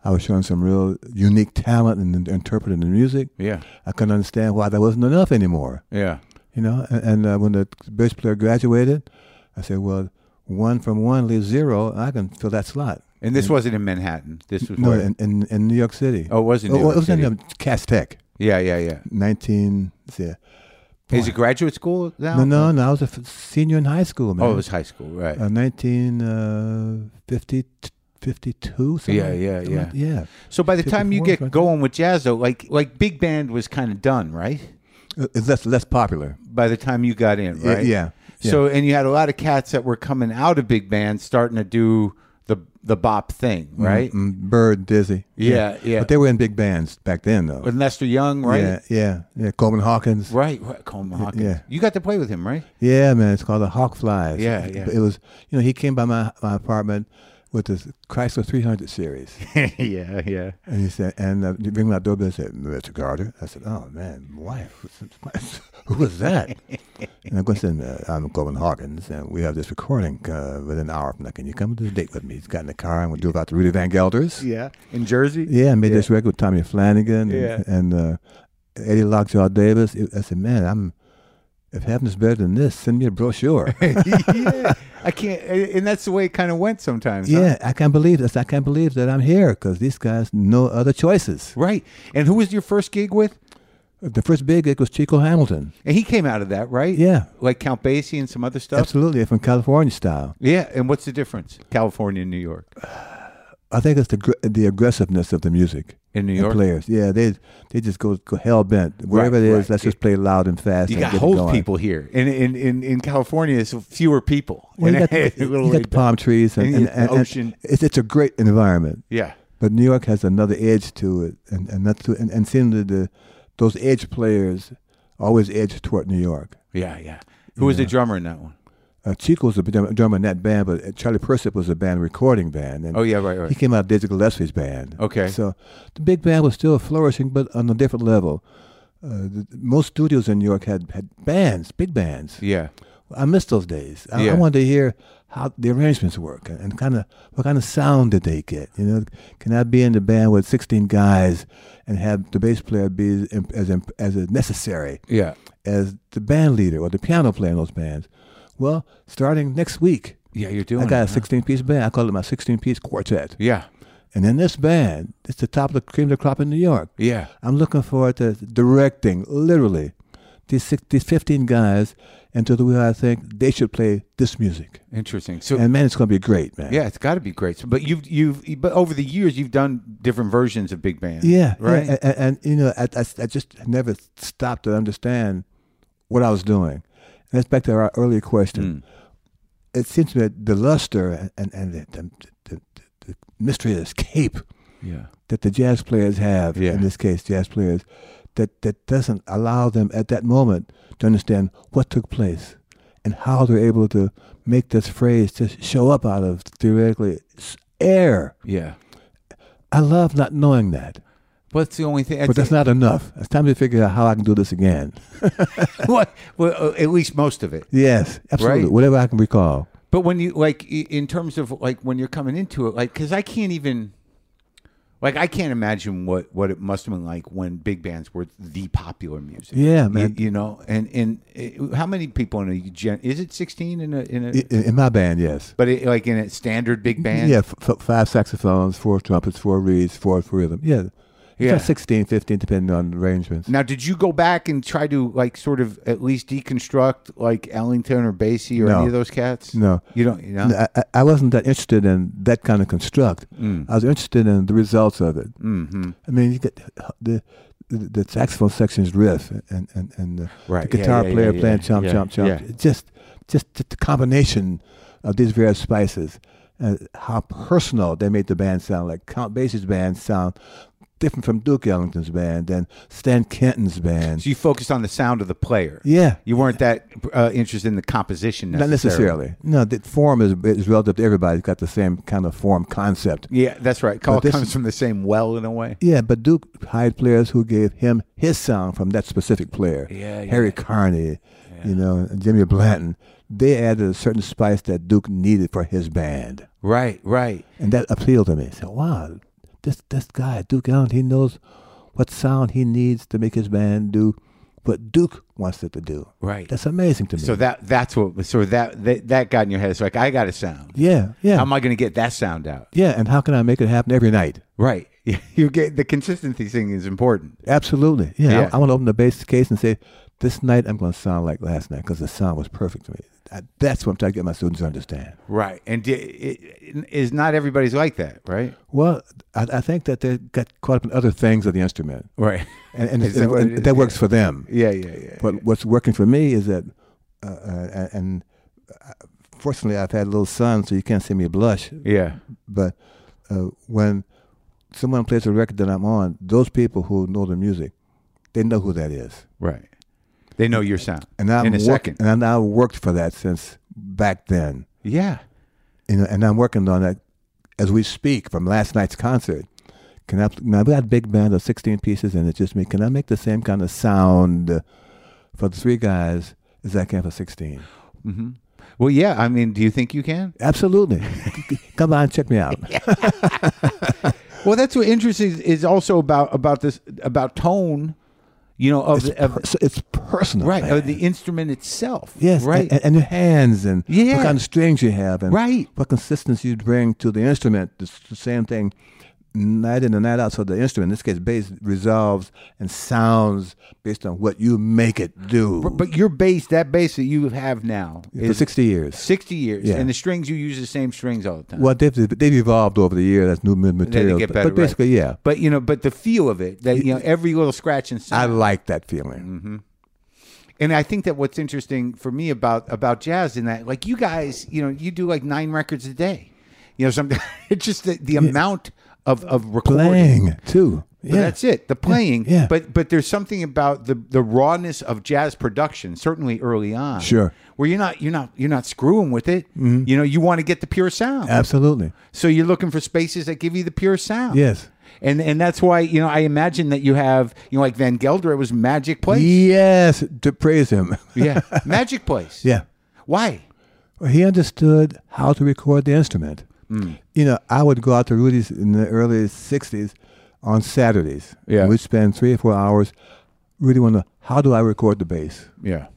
Speaker 3: I was showing some real unique talent in, in interpreting the music.
Speaker 4: Yeah.
Speaker 3: I couldn't understand why that wasn't enough anymore.
Speaker 4: Yeah.
Speaker 3: You know, and, and uh, when the bass player graduated, I said, "Well, one from one leaves zero. I can fill that slot."
Speaker 4: And this wasn't in Manhattan. This was
Speaker 3: No,
Speaker 4: where,
Speaker 3: in, in, in New York City.
Speaker 4: Oh, it was in New
Speaker 3: it
Speaker 4: York
Speaker 3: was in
Speaker 4: City.
Speaker 3: um, Cass Tech,
Speaker 4: yeah, yeah, yeah.
Speaker 3: nineteen. let's see,
Speaker 4: Is it graduate school now?
Speaker 3: No, no, no. I was a f- senior in high school, man.
Speaker 4: Oh, it was high school, right?
Speaker 3: Uh, 1952. something
Speaker 4: Yeah,
Speaker 3: like-
Speaker 4: yeah,
Speaker 3: something like-
Speaker 4: yeah.
Speaker 3: yeah.
Speaker 4: So by the time you
Speaker 3: 54,
Speaker 4: get
Speaker 3: right?
Speaker 4: going with jazz, though, like like big band was kind of done, right?
Speaker 3: Uh, It's less less popular.
Speaker 4: By the time you got in,
Speaker 3: Yeah,
Speaker 4: right?
Speaker 3: yeah, yeah.
Speaker 4: So and you had a lot of cats that were coming out of big band, starting to do the the bop thing, right?
Speaker 3: Mm, Bird, Dizzy.
Speaker 4: Yeah, yeah.
Speaker 3: But they were in big bands back then, though.
Speaker 4: With Lester Young, right?
Speaker 3: Yeah, yeah, yeah. Coleman Hawkins.
Speaker 4: Right, right. Coleman Hawkins.
Speaker 3: yeah.
Speaker 4: You got to play with him, right?
Speaker 3: Yeah, man. It's called the Hawk Flies.
Speaker 4: Yeah, yeah.
Speaker 3: It was. You know, he came by my my apartment with this Chrysler 300 series,
Speaker 4: yeah, yeah.
Speaker 3: and he said, and uh, he rang my doorbell and said, "Mr. Carter." I said, "Oh man, why? Who was that?" And I go, listen, uh, I'm Coleman Hawkins, and we have this recording uh, within an hour from now. Can you come to the date with me? He's got in the car, and we'll do about the Rudy Van Gelders. Yeah,
Speaker 4: Yeah. In Jersey?
Speaker 3: I made this record with Tommy Flanagan and,
Speaker 4: Yeah.
Speaker 3: and uh, Eddie Lockjaw Davis. It- I said, man, I'm if heaven's better than this, send me a brochure.
Speaker 4: yeah. I can't and that's the way it kind of went sometimes. huh?
Speaker 3: yeah, I can't believe this. I can't believe that I'm here because these guys no other choices.
Speaker 4: Right. And who was your first gig with?
Speaker 3: The first big gig was Chico Hamilton.
Speaker 4: And he came out of that, right?
Speaker 3: Yeah,
Speaker 4: Like Count Basie and some other stuff.
Speaker 3: absolutely, from California style.
Speaker 4: Yeah. And what's the difference? California and New York.
Speaker 3: I think it's the gr- the aggressiveness of the music.
Speaker 4: In New
Speaker 3: and
Speaker 4: York.
Speaker 3: players. Yeah, they they just go, go hell bent. Wherever
Speaker 4: Right,
Speaker 3: it is,
Speaker 4: right.
Speaker 3: let's just play loud and fast.
Speaker 4: You
Speaker 3: and
Speaker 4: got
Speaker 3: get it
Speaker 4: hold
Speaker 3: going.
Speaker 4: people here. In in, in in California it's fewer people.
Speaker 3: Well, you
Speaker 4: And
Speaker 3: got,
Speaker 4: a
Speaker 3: the,
Speaker 4: little
Speaker 3: you got
Speaker 4: laid
Speaker 3: the
Speaker 4: back.
Speaker 3: palm trees and,
Speaker 4: And
Speaker 3: and,
Speaker 4: the
Speaker 3: and- and
Speaker 4: ocean.
Speaker 3: It's, it's a great environment,
Speaker 4: Yeah.
Speaker 3: but New York has another edge to it, and and that's and, and seem to the those edge players always edge toward New York.
Speaker 4: Yeah, yeah. Who was the drummer in that one?
Speaker 3: Uh, Chico was a drum- drummer in that band, but uh, Charlie Persip was a band recording band. And
Speaker 4: Oh yeah, right,
Speaker 3: He
Speaker 4: right.
Speaker 3: came out of Dizzy Gillespie's band.
Speaker 4: Okay.
Speaker 3: So the big band was still flourishing, but on a different level. Uh, the, most studios in New York had, had bands, big bands.
Speaker 4: Yeah.
Speaker 3: I miss those days. I,
Speaker 4: Yeah.
Speaker 3: I wanted to hear how the arrangements work and, kind of what kind of sound did they get. You know, can I be in the band with 16 guys and have the bass player be as imp- as, imp- as necessary
Speaker 4: Yeah.
Speaker 3: as the band leader or the piano player in those bands? Well, starting next week,
Speaker 4: Yeah, you're doing
Speaker 3: I got
Speaker 4: it,
Speaker 3: a
Speaker 4: huh?
Speaker 3: 16 piece band. I call it my 16 piece quartet.
Speaker 4: Yeah.
Speaker 3: And in this band, it's the top of the cream of the crop in New York.
Speaker 4: Yeah.
Speaker 3: I'm looking forward to directing, literally, these, six, these 15 guys into the way I think they should play this music.
Speaker 4: Interesting. So
Speaker 3: And man, it's going to be great, man.
Speaker 4: yeah, it's got to be great. So, but you've you've but over the years you've done different versions of big band.
Speaker 3: Yeah. uh,
Speaker 4: Right.
Speaker 3: yeah. And, and, you know, I, I, I just never stopped to understand what I was doing. And that's back to our earlier question.
Speaker 4: Hmm.
Speaker 3: It seems to me that the luster and, and the, the, the, the mystery of escape
Speaker 4: yeah.
Speaker 3: that the jazz players have
Speaker 4: Yeah.
Speaker 3: in this case jazz players that that doesn't allow them at that moment to understand what took place and how they're able to make this phrase just show up out of theoretically s- air.
Speaker 5: Yeah.
Speaker 3: I love not knowing that,
Speaker 5: But it's the only thing.
Speaker 3: but that's not enough. It's time to figure out how I can do this again.
Speaker 4: what? Well, uh, at least most of it.
Speaker 3: Yes, absolutely.
Speaker 4: Right.
Speaker 3: Whatever I can recall.
Speaker 4: But when you like, i- in terms of like when you're coming into it, like, because I can't even, like, I can't imagine what what it must have been like when big bands were the popular music.
Speaker 3: Yeah,
Speaker 4: You-
Speaker 3: man.
Speaker 4: You, know, and and uh, how many people in a gen? Is it sixteen in a in a?
Speaker 3: I- In, in my band, yes.
Speaker 4: but it, like in a standard big band.
Speaker 3: Mm-hmm. Yeah, f- f- five saxophones, four trumpets, four reeds, four for rhythm. Yeah.
Speaker 4: Yeah.
Speaker 3: Yeah. 16, 15, depending on the arrangements.
Speaker 4: Now, did you go back and try to like sort of at least deconstruct like Ellington or Basie or
Speaker 3: No.
Speaker 4: any of those cats?
Speaker 3: No.
Speaker 4: you don't. You know,
Speaker 3: No, I- I, I wasn't that interested in that kind of construct. I was interested in the results of it. Mm-hmm. I mean, you get the the saxophone section's riff and and and the,
Speaker 4: Right.
Speaker 3: the
Speaker 4: Yeah,
Speaker 3: guitar
Speaker 5: yeah,
Speaker 3: player
Speaker 5: yeah,
Speaker 3: playing
Speaker 5: yeah.
Speaker 3: chomp
Speaker 5: Yeah,
Speaker 3: chomp chomp.
Speaker 5: yeah.
Speaker 3: It Just just the combination of these various spices and how personal they made the band sound. Like Count Basie's band sound different from Duke Ellington's band and Stan Kenton's band.
Speaker 4: so you focused on the sound of the player.
Speaker 3: yeah.
Speaker 4: You weren't that uh, interested in the composition
Speaker 3: Not
Speaker 4: necessarily.
Speaker 3: necessarily. No, the form is, is relative to everybody. It's got the same kind of form concept.
Speaker 4: Yeah, that's right. Call
Speaker 3: But this
Speaker 4: comes
Speaker 3: is-
Speaker 4: from the same well in a way.
Speaker 3: Yeah, but Duke hired players who gave him his sound from that specific player.
Speaker 5: Yeah, yeah.
Speaker 3: Harry Carney, you know, and Jimmy Blanton. They added a certain spice that Duke needed for his band,
Speaker 4: Right, right.
Speaker 3: and that appealed to me. I said, "Wow, this this guy Duke Allen, he knows what sound he needs to make his band do what Duke wants it to do."
Speaker 4: Right.
Speaker 3: That's amazing to me.
Speaker 4: So that that's what so that that, that got in your head. It's like I got a sound.
Speaker 3: yeah, yeah,
Speaker 4: How am I going to get that sound out?
Speaker 3: yeah. And how can I make it happen every night?
Speaker 4: Right. You get the consistency thing is important.
Speaker 3: Absolutely. Yeah.
Speaker 4: Yeah.
Speaker 3: I, want to open the bass case and say, this night I'm going to sound like last night because the sound was perfect to me. I, that's what I'm trying to get my students to understand.
Speaker 4: Right. And di- it, it is not everybody's like that, right?
Speaker 3: Well, I, I think that they got caught up in other things of the instrument,
Speaker 4: Right.
Speaker 3: and, and,
Speaker 4: Is that
Speaker 3: and-
Speaker 4: what it
Speaker 3: and
Speaker 4: is?
Speaker 3: that works for them.
Speaker 4: Yeah, yeah, yeah.
Speaker 3: But what's working for me is that, uh, uh, and uh, fortunately, I've had a little son, so you can't see me blush.
Speaker 4: yeah.
Speaker 3: But uh, when someone plays a record that I'm on, those people who know the music, they know who that is.
Speaker 4: Right. They know your sound.
Speaker 3: and I'm
Speaker 4: in a
Speaker 3: work-
Speaker 4: second.
Speaker 3: and I now worked for that since back then.
Speaker 4: yeah.
Speaker 3: You know, and I'm working on that as we speak from last night's concert. Can I? Now we got a big band of 16 pieces, and it's just me. Can I make the same kind of sound for the three guys as I can for 16?
Speaker 4: Well, yeah. I mean, do you think you can?
Speaker 3: Absolutely. Come on, check me out.
Speaker 4: Well, that's what interesting is also about about this about tone. You know of,
Speaker 3: It's,
Speaker 4: the, of
Speaker 3: per- it's personal,
Speaker 4: right Oh,
Speaker 3: man.
Speaker 4: of the instrument itself.
Speaker 3: Yes,
Speaker 4: Right.
Speaker 3: And, and your hands and
Speaker 4: Yeah.
Speaker 3: what kind of strings you have and
Speaker 4: Right.
Speaker 3: what consistency you bring to the instrument. It's the same thing night in and night out. So the instrument, in this case, bass resolves and sounds based on what you make it do
Speaker 4: But your bass, that bass that you have now,
Speaker 3: for
Speaker 4: is
Speaker 3: 60 years.
Speaker 4: 60 years,
Speaker 3: Yeah.
Speaker 4: and the strings you use the same strings all the time.
Speaker 3: well, they've, they've evolved over the years. That's new ma-
Speaker 4: Then they
Speaker 3: material.
Speaker 4: get
Speaker 3: But-
Speaker 4: better,
Speaker 3: but
Speaker 4: right.
Speaker 3: basically, yeah.
Speaker 4: But you know, but the feel of it, that you know, every little scratch and
Speaker 3: I
Speaker 4: sound.
Speaker 3: like that feeling.
Speaker 4: Mm-hmm. and I think that what's interesting for me about about jazz in that, like you guys, you know, you do like nine records a day. You know, something. It's just the, the amount of of recording.
Speaker 3: Playing, too.
Speaker 4: But
Speaker 3: yeah.
Speaker 4: that's it. The playing.
Speaker 3: yeah.
Speaker 4: But but there's something about the the rawness of jazz production, certainly early on.
Speaker 3: Sure. Mm-hmm.
Speaker 4: Where you're not you're not you're not screwing with it. You know, you want to get the pure sound.
Speaker 3: Absolutely.
Speaker 4: So you're looking for spaces that give you the pure sound.
Speaker 3: Yes.
Speaker 4: And and that's why, you know, I imagine that you have you know like Van Gelder, it was Magic Place.
Speaker 3: Yes, to praise him.
Speaker 4: yeah. Magic Place.
Speaker 3: yeah.
Speaker 4: Why?
Speaker 3: Well, he understood how to record the instrument.
Speaker 4: Mm.
Speaker 3: You know, I would go out to Rudy's in the early 60s on Saturdays.
Speaker 4: Yeah.
Speaker 3: We'd spend three or four hours really wondering how do I record the bass?
Speaker 4: Yeah.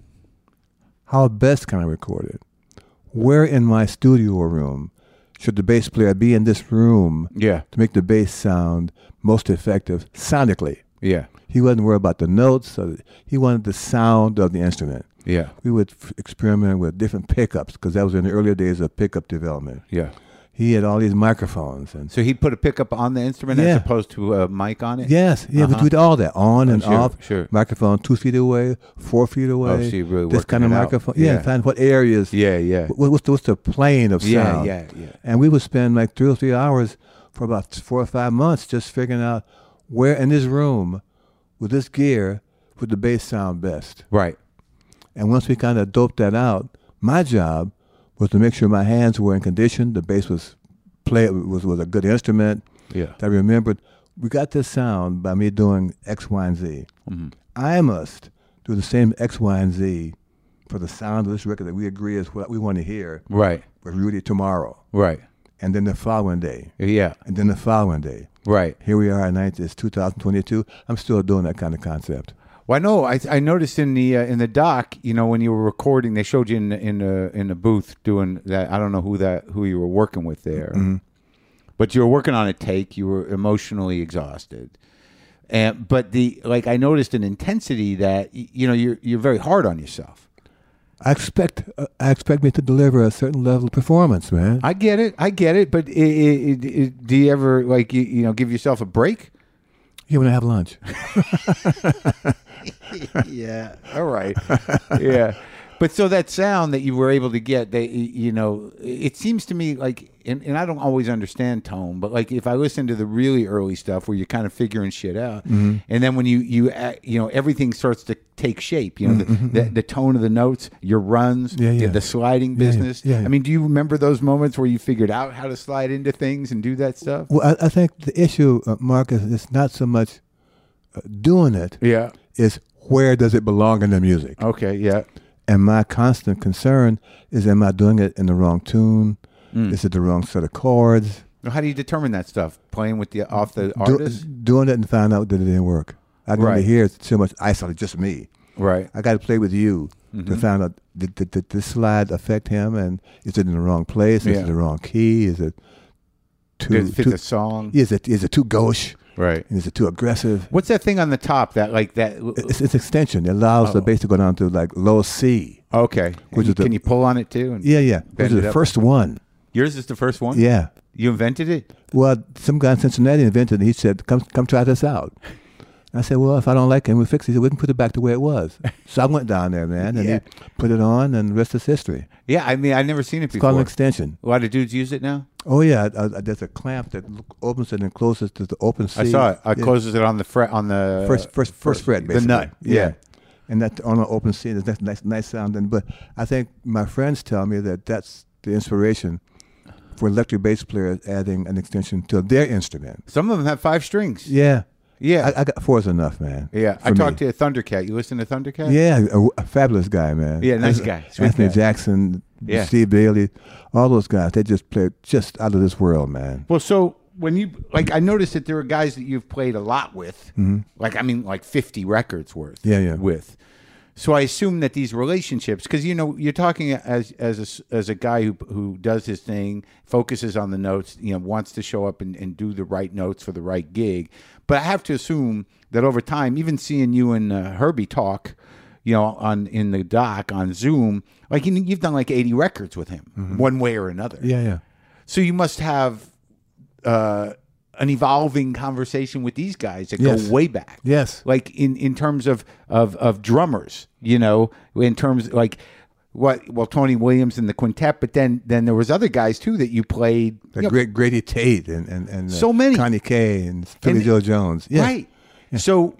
Speaker 3: How best can I record it? Where in my studio room should the bass player be in this room
Speaker 4: Yeah.
Speaker 3: to make the bass sound most effective sonically?
Speaker 4: Yeah.
Speaker 3: He wasn't worried about the notes. Or he wanted the sound of the instrument.
Speaker 4: Yeah.
Speaker 3: We would f- experiment with different pickups because that was in the earlier days of pickup development.
Speaker 4: Yeah.
Speaker 3: He had all these microphones and
Speaker 4: So he put a pickup on the instrument
Speaker 3: Yeah.
Speaker 4: as opposed to a mic on it?
Speaker 3: yes, yeah, we did all that on and
Speaker 4: Uh-huh. Oh, sure,
Speaker 3: off.
Speaker 4: sure. Oh,
Speaker 3: Microphone two feet away, four feet away.
Speaker 4: so you really
Speaker 3: this kind of
Speaker 4: working it out.
Speaker 3: microphone. Yeah,
Speaker 4: Yeah.
Speaker 3: find what areas.
Speaker 4: Yeah, yeah.
Speaker 3: wh- What's the, what's the plane of
Speaker 4: Yeah,
Speaker 3: sound?
Speaker 4: yeah, yeah.
Speaker 3: And we would spend like three or three hours for about four or five months just figuring out where in this room with this gear would the bass sound best.
Speaker 4: Right.
Speaker 3: And once we kind of doped that out, my job was to make sure my hands were in condition, the bass was play it was, was a good instrument.
Speaker 5: Yeah.
Speaker 3: I remembered we got this sound by me doing X, Y, and Z.
Speaker 5: Mm-hmm.
Speaker 3: I must do the same X, Y, and Z for the sound of this record that we agree is what we want to hear
Speaker 5: Right.
Speaker 3: with Rudy tomorrow,
Speaker 5: Right.
Speaker 3: and then the following day,
Speaker 5: Yeah.
Speaker 3: and then the following day.
Speaker 5: Right.
Speaker 3: Here we are, in night it's 2022. I'm still doing that kind of concept.
Speaker 4: Well, I know. I, I noticed in the uh, in the doc, you know, when you were recording, they showed you in in a, in a booth doing that. I don't know who that who you were working with there,
Speaker 3: Mm-hmm.
Speaker 4: but you were working on a take. You were emotionally exhausted, and but the like I noticed an intensity that y- you know you're you're very hard on yourself.
Speaker 3: I expect uh, I expect me to deliver a certain level of performance, man.
Speaker 4: I get it, I get it, but i i it, it, do you ever like you, you know give yourself a break?
Speaker 3: yeah, when I have lunch.
Speaker 4: yeah. All right. yeah. But so that sound that you were able to get, they, you know, it seems to me like, and, and I don't always understand tone, but like if I listen to the really early stuff where you're kind of figuring shit out,
Speaker 3: Mm-hmm.
Speaker 4: and then when you you act- you know everything starts to take shape, you know, the, the, the tone of the notes, your runs,
Speaker 3: Mm-hmm, Yeah, yeah.
Speaker 4: the sliding
Speaker 3: yeah.
Speaker 4: business.
Speaker 3: Yeah, yeah.
Speaker 4: I mean, do you remember those moments where you figured out how to slide into things and do that stuff?
Speaker 3: Well, I, I think the issue, uh, Mark, is it's not so much uh, doing it,
Speaker 4: Yeah.
Speaker 3: it's where does it belong in the music?
Speaker 4: Okay. Yeah.
Speaker 3: And my constant concern is am I doing it in the wrong tune? Is it the wrong set of chords?
Speaker 4: Now, How do you determine that stuff? Playing with the off the
Speaker 3: Do-
Speaker 4: artist,
Speaker 3: doing it and find out that it didn't work. I can
Speaker 4: Right.
Speaker 3: only hear so much isolated, just me.
Speaker 4: right?
Speaker 3: I got to play with you
Speaker 4: Mm-hmm.
Speaker 3: to find out did, did, did this slide affect him and is it in the wrong place? Is
Speaker 4: Yeah.
Speaker 3: it the wrong key? Is it
Speaker 4: Does
Speaker 3: too,
Speaker 4: it fit
Speaker 3: too
Speaker 4: the song?
Speaker 3: is it is it too gauche?
Speaker 4: Right.
Speaker 3: And is it too aggressive?
Speaker 4: What's that thing on the top that like that?
Speaker 3: It's, it's extension. It allows the bass to go down to like low C.
Speaker 4: Okay.
Speaker 3: Which
Speaker 4: And
Speaker 3: is the-
Speaker 4: can you pull on it too? And
Speaker 3: Yeah, yeah.
Speaker 4: Bend
Speaker 3: Which is
Speaker 4: it
Speaker 3: the
Speaker 4: up.
Speaker 3: first one.
Speaker 4: Yours is the first one.
Speaker 3: Yeah.
Speaker 4: You invented it.
Speaker 3: Well, some guy in Cincinnati invented it. He said, "Come, come try this out." I said, "Well, if I don't like it, we fix it. He said, "We can put it back the way it was." So I went down there, man, and
Speaker 4: Yeah.
Speaker 3: he put it on, and the rest is history.
Speaker 4: Yeah. I mean, I've never seen it
Speaker 3: It's called
Speaker 4: before.
Speaker 3: an extension.
Speaker 4: a lot of dudes use it now.
Speaker 3: Oh yeah, uh, uh, there's a clamp that l- opens it and closes to the open.
Speaker 4: I
Speaker 3: C.
Speaker 4: saw it. I
Speaker 3: Yeah.
Speaker 4: closes it on the fret on the
Speaker 3: first, first, first fret, basically.
Speaker 4: The nut. Yeah.
Speaker 3: And that on an open scene is that nice, nice sound. And but I think my friends tell me that that's the inspiration for electric bass players adding an extension to their instrument.
Speaker 4: Some of them have five strings.
Speaker 3: Yeah,
Speaker 4: Yeah.
Speaker 3: I, I got four is enough, man.
Speaker 4: yeah. I
Speaker 3: for
Speaker 4: talked
Speaker 3: me.
Speaker 4: to a Thundercat. You listen to Thundercat?
Speaker 3: Yeah, a, a fabulous guy, man.
Speaker 4: Yeah, nice
Speaker 3: Anthony-
Speaker 4: guy. Sweet
Speaker 3: Anthony
Speaker 4: guy.
Speaker 3: Jackson,
Speaker 4: Yeah.
Speaker 3: Steve Bailey, all those guys. They just played just out of this world, man.
Speaker 4: Well, so when you like, I noticed that there are guys that you've played a lot with, like I mean, like fifty records worth.
Speaker 3: Mm-hmm. Yeah, yeah.
Speaker 4: With, so I assume that these relationships, because you know, you're talking as as a, s- as a guy who who does his thing, focuses on the notes, you know, wants to show up and, and do the right notes for the right gig. But I have to assume that over time, even seeing you and uh, Herbie talk. You know, on in the doc on Zoom, like you, you've done like eighty records with him,
Speaker 3: Mm-hmm.
Speaker 4: one way or another.
Speaker 3: Yeah, yeah.
Speaker 4: So you must have uh, an evolving conversation with these guys that
Speaker 3: Yes.
Speaker 4: go way back.
Speaker 3: Yes.
Speaker 4: Like in, in terms of, of of drummers, you know, in terms like what well Tony Williams and the quintet, but then then there was other guys too that you played.
Speaker 3: The
Speaker 4: you know,
Speaker 3: great Grady Tate and and, and uh,
Speaker 4: So many.
Speaker 3: Connie Kay and Philly
Speaker 4: And-
Speaker 3: Joe Jones. Yeah.
Speaker 4: Right. So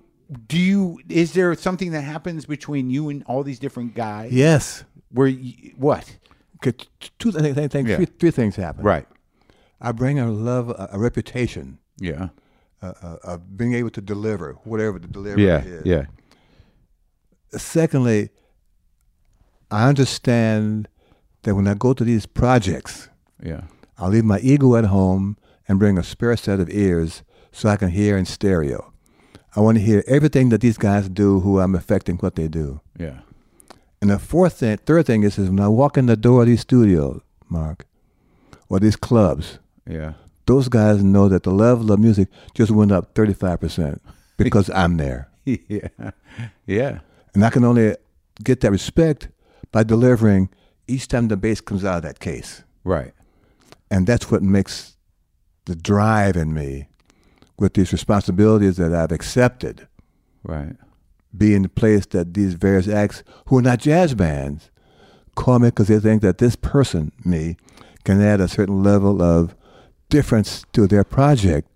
Speaker 4: do you is there something that happens between you and all these different guys
Speaker 3: Yes.
Speaker 4: where you, what?
Speaker 3: 'Cause t- Two I think- I think
Speaker 4: Yeah.
Speaker 3: three, three things happen. I bring a love, a, a reputation
Speaker 4: Yeah.
Speaker 3: uh, uh, of being able to deliver whatever the delivery is.
Speaker 4: Yeah.
Speaker 3: Secondly, I understand that when I go to these projects,
Speaker 4: Yeah.
Speaker 3: I'll leave my ego at home and bring a spare set of ears so I can hear in stereo. I want to hear everything that these guys do, who I'm affecting what they do.
Speaker 4: Yeah.
Speaker 3: And the fourth thing, third thing is, is when I walk in the door of these studios, Mark, or these clubs,
Speaker 4: Yeah.
Speaker 3: those guys know that the level of music just went up 35% because I'm there.
Speaker 4: yeah. Yeah.
Speaker 3: And I can only get that respect by delivering each time the bass comes out of that case.
Speaker 4: Right.
Speaker 3: And that's what makes the drive in me with these responsibilities that I've accepted
Speaker 4: Right.
Speaker 3: be in the place that these various acts who are not jazz bands call me because they think that this person, me, can add a certain level of difference to their project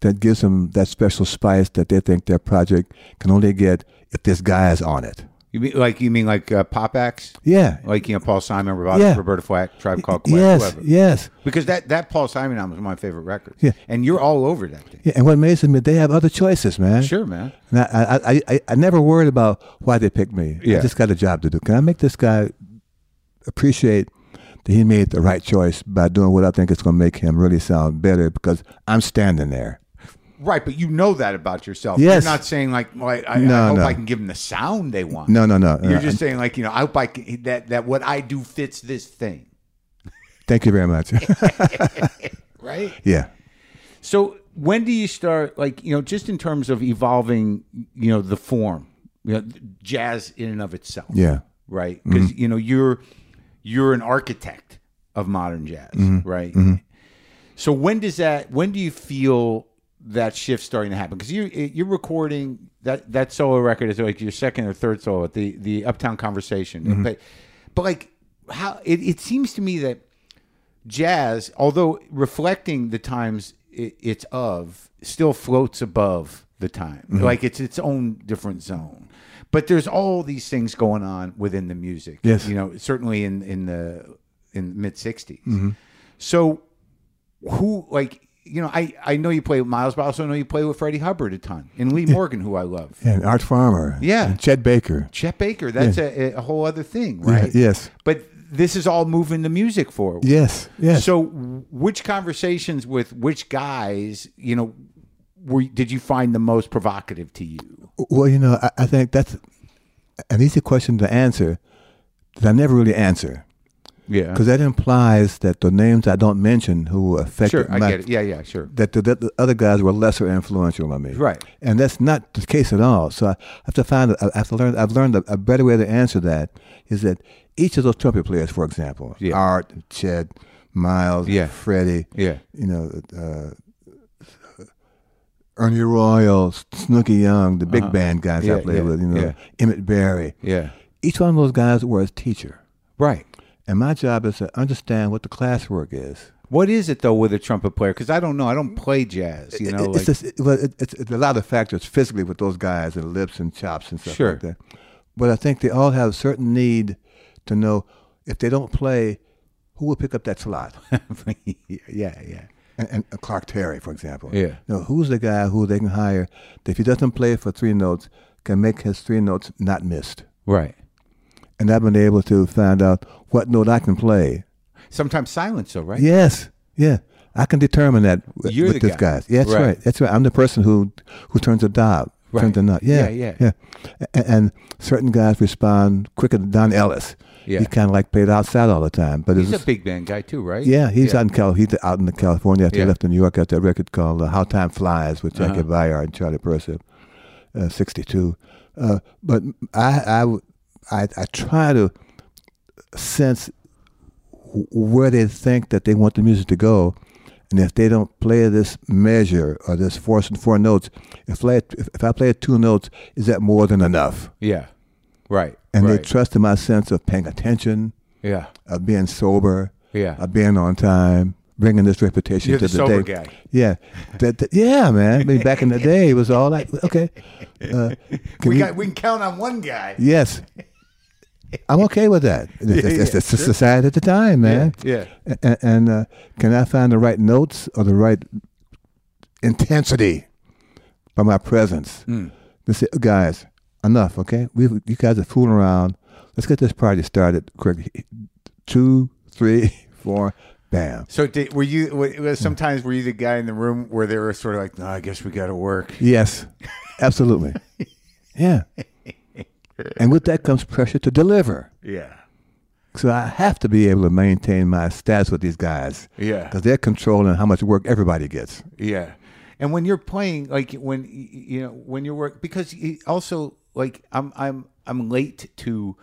Speaker 3: that gives them that special spice that they think their project can only get if this guy is on it.
Speaker 4: You mean like you mean like uh, pop acts?
Speaker 3: Yeah.
Speaker 4: Like you know Paul Simon, Roberta,
Speaker 3: Yeah.
Speaker 4: Roberta Flack, Tribe Called Quest,
Speaker 3: yes.
Speaker 4: whoever.
Speaker 3: Yes.
Speaker 4: Because that that Paul Simon album is one of my favorite records.
Speaker 3: Yeah.
Speaker 4: And you're all over that thing.
Speaker 3: Yeah. And what amazes me, they have other choices, man.
Speaker 4: Sure, man.
Speaker 3: And I, I, I, I, I never worried about why they picked me.
Speaker 4: Yeah.
Speaker 3: I just got a job to do. Can I make this guy appreciate that he made the right choice by doing what I think is going to make him really sound better because I'm standing there.
Speaker 4: Right, but you know that about yourself.
Speaker 3: Yes.
Speaker 4: You're not saying like, well, I, I, I
Speaker 3: No,
Speaker 4: hope
Speaker 3: no.
Speaker 4: I can give them the sound they want.
Speaker 3: No, no, no.
Speaker 4: You're
Speaker 3: Uh,
Speaker 4: just saying like, you know, I hope I can, that that what I do fits this thing,
Speaker 3: Thank you very much.
Speaker 4: right?
Speaker 3: yeah.
Speaker 4: So when do you start like, you know, just in terms of evolving, you know, the form, you know, jazz in and of itself.
Speaker 3: Yeah.
Speaker 4: right? Because you know you're you're an architect of modern jazz, right? So when does that? When do you feel that shift starting to happen? Because you you're recording that that solo record is like your second or third solo at the the Uptown Conversation, but but like how it, it seems to me that jazz, although reflecting the times it, it's of, still floats above the time.
Speaker 3: Mm-hmm.
Speaker 4: Like it's its own different zone. But there's all these things going on within the music.
Speaker 3: Yes.
Speaker 4: you know, certainly in in the in mid '60s.
Speaker 3: Mm-hmm.
Speaker 4: So who like. You know, I, I know you play with Miles, but I also know you play with Freddie Hubbard a ton and Lee Morgan, who I love.
Speaker 3: And Art Farmer.
Speaker 4: Yeah.
Speaker 3: And Chet Baker.
Speaker 4: Chet Baker, that's a, a whole other thing, right?
Speaker 3: Yeah, yes.
Speaker 4: But this is all moving the music forward.
Speaker 3: Yes. Yes.
Speaker 4: So, which conversations with which guys, you know, were did you find the most provocative to you?
Speaker 3: Well, you know, I, I think that's an easy question to answer that I never really answer
Speaker 4: Yeah,
Speaker 3: because that implies that the names I don't mention who affected
Speaker 4: sure, I
Speaker 3: my-
Speaker 4: get it. Yeah, yeah, sure.
Speaker 3: that the, that the other guys were lesser influential on me.
Speaker 4: Right.
Speaker 3: And that's not the case at all. So I have to find, I have to learn, I've learned a, a better way to answer that is that each of those trumpet players, for example,
Speaker 4: Yeah.
Speaker 3: Art, Chet, Miles,
Speaker 4: Yeah.
Speaker 3: Freddie,
Speaker 4: Yeah.
Speaker 3: you know, uh, Ernie Royal, Snooky Young, the big band guys
Speaker 4: Uh-huh. Yeah,
Speaker 3: I played
Speaker 4: yeah,
Speaker 3: with, you know,
Speaker 4: yeah.
Speaker 3: Emmett Berry.
Speaker 4: Yeah,
Speaker 3: Each one of those guys were a teacher.
Speaker 4: right.
Speaker 3: And my job is to understand what the classwork is.
Speaker 4: What is it though with a trumpet player? Because I don't know. I don't play jazz. You know,
Speaker 3: It-
Speaker 4: like,
Speaker 3: it's, just, it- well, it, it's, it's a lot of factors physically with those guys and lips and chops and stuff
Speaker 4: Sure.
Speaker 3: like that. But I think they all have a certain need to know if they don't play, who will pick up that slot?
Speaker 4: yeah, yeah,
Speaker 3: and, and Clark Terry, for example.
Speaker 4: Yeah.
Speaker 3: You know, who's the guy who they can hire that if he doesn't play for three notes, can make his three notes not missed?
Speaker 4: right.
Speaker 3: And I've been able to find out what note I can play.
Speaker 4: Sometimes silence though, right?
Speaker 3: Yes, yeah. I can determine that with,
Speaker 4: You're
Speaker 3: with
Speaker 4: the
Speaker 3: this
Speaker 4: guy.
Speaker 3: guy. Yeah, that's
Speaker 4: Right.
Speaker 3: right. That's right. I'm the person who who turns a knob,
Speaker 4: Right.
Speaker 3: turns the knob. Yeah,
Speaker 4: Yeah, yeah.
Speaker 3: yeah. And, and certain guys respond quicker than Don Ellis.
Speaker 4: Yeah.
Speaker 3: he kind of like played outside all the time, but
Speaker 4: He's
Speaker 3: it's,
Speaker 4: a big band guy too, right?
Speaker 3: yeah, he's out in Cal. He's out in California. After
Speaker 4: Yeah. Uh-huh.
Speaker 3: he left New York, got that record called uh, "How Time Flies" with Jackie Bayard and Charlie Persip, uh, '62. Uh, but I, I w- I- I try to sense wh- where they think that they want the music to go, and if they don't play this measure or this force and four notes, if I if, if I play two notes, is that more than enough?
Speaker 4: yeah, right.
Speaker 3: And
Speaker 4: right.
Speaker 3: they trust in my sense of paying attention,
Speaker 4: yeah,
Speaker 3: of uh, being sober
Speaker 4: yeah.
Speaker 3: uh, being on time, bringing this reputation
Speaker 4: You're
Speaker 3: to
Speaker 4: the
Speaker 3: the,
Speaker 4: sober
Speaker 3: day.
Speaker 4: guy.
Speaker 3: Yeah, that, that- yeah, man. I mean, back in the day, it was all like, okay, uh, can
Speaker 4: we
Speaker 3: you-
Speaker 4: got we can count on one guy.
Speaker 3: yes, I'm okay with that. It's, it's- it's the society at the time, man.
Speaker 4: Yeah,
Speaker 3: A- And, uh, can I find the right notes or the right intensity by my presence? They say, "Oh, guys, enough, okay? We you guys are fooling around. Let's get this party started quick. Two, three, four, bam.
Speaker 4: So did, were you? were- Sometimes were you the guy in the room where they were sort of like, "No, I guess we got to work."
Speaker 3: Yes, absolutely. yeah. And with that comes pressure to deliver.
Speaker 4: Yeah.
Speaker 3: So I have to be able to maintain my status with these guys.
Speaker 4: Yeah.
Speaker 3: Because they're controlling how much work everybody gets.
Speaker 4: Yeah. And when you're playing, like when y- y- you know when you're work, because y- also like I'm I'm I'm late to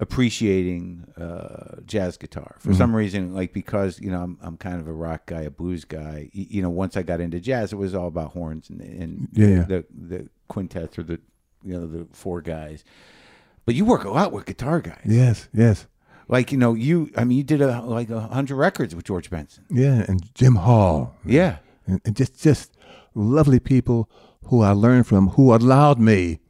Speaker 4: appreciating uh, jazz guitar for
Speaker 3: Mm-hmm.
Speaker 4: some reason, like because you know I'm I'm kind of a rock guy, a blues guy. Y- You know, once I got into jazz, it was all about horns and, and
Speaker 3: Yeah, yeah.
Speaker 4: the the quintets or the you know the four guys. But you work a lot with guitar guys.
Speaker 3: Yes, yes.
Speaker 4: Like you know, you I mean, you did a, like a hundred records with George Benson.
Speaker 3: Yeah. And Jim Hall.
Speaker 4: Yeah,
Speaker 3: And, and just, just lovely people who I learned from who allowed me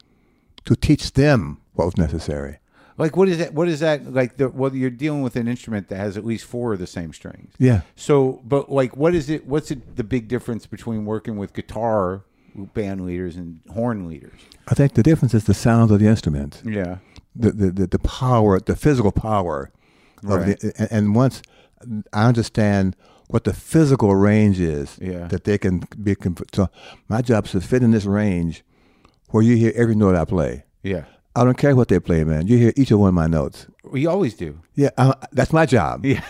Speaker 3: to teach them what was necessary.
Speaker 4: Like what is that? What is that? Like the well, you're dealing with an instrument that has at least four of the same strings.
Speaker 3: Yeah.
Speaker 4: So, but like, what is it? What's it, the big difference between working with guitar band leaders and horn leaders?
Speaker 3: I think the difference is the sound of the instrument,
Speaker 4: Yeah.
Speaker 3: the the, the, the power, the physical power of
Speaker 4: Right.
Speaker 3: the. And, and once I understand what the physical range is,
Speaker 4: Yeah.
Speaker 3: that they can be. conf- So my job is to fit in this range where you hear every note I play.
Speaker 4: Yeah.
Speaker 3: I don't care what they play, man. You hear each of one of my notes.
Speaker 4: We always do.
Speaker 3: Yeah, I, that's my job.
Speaker 4: yeah.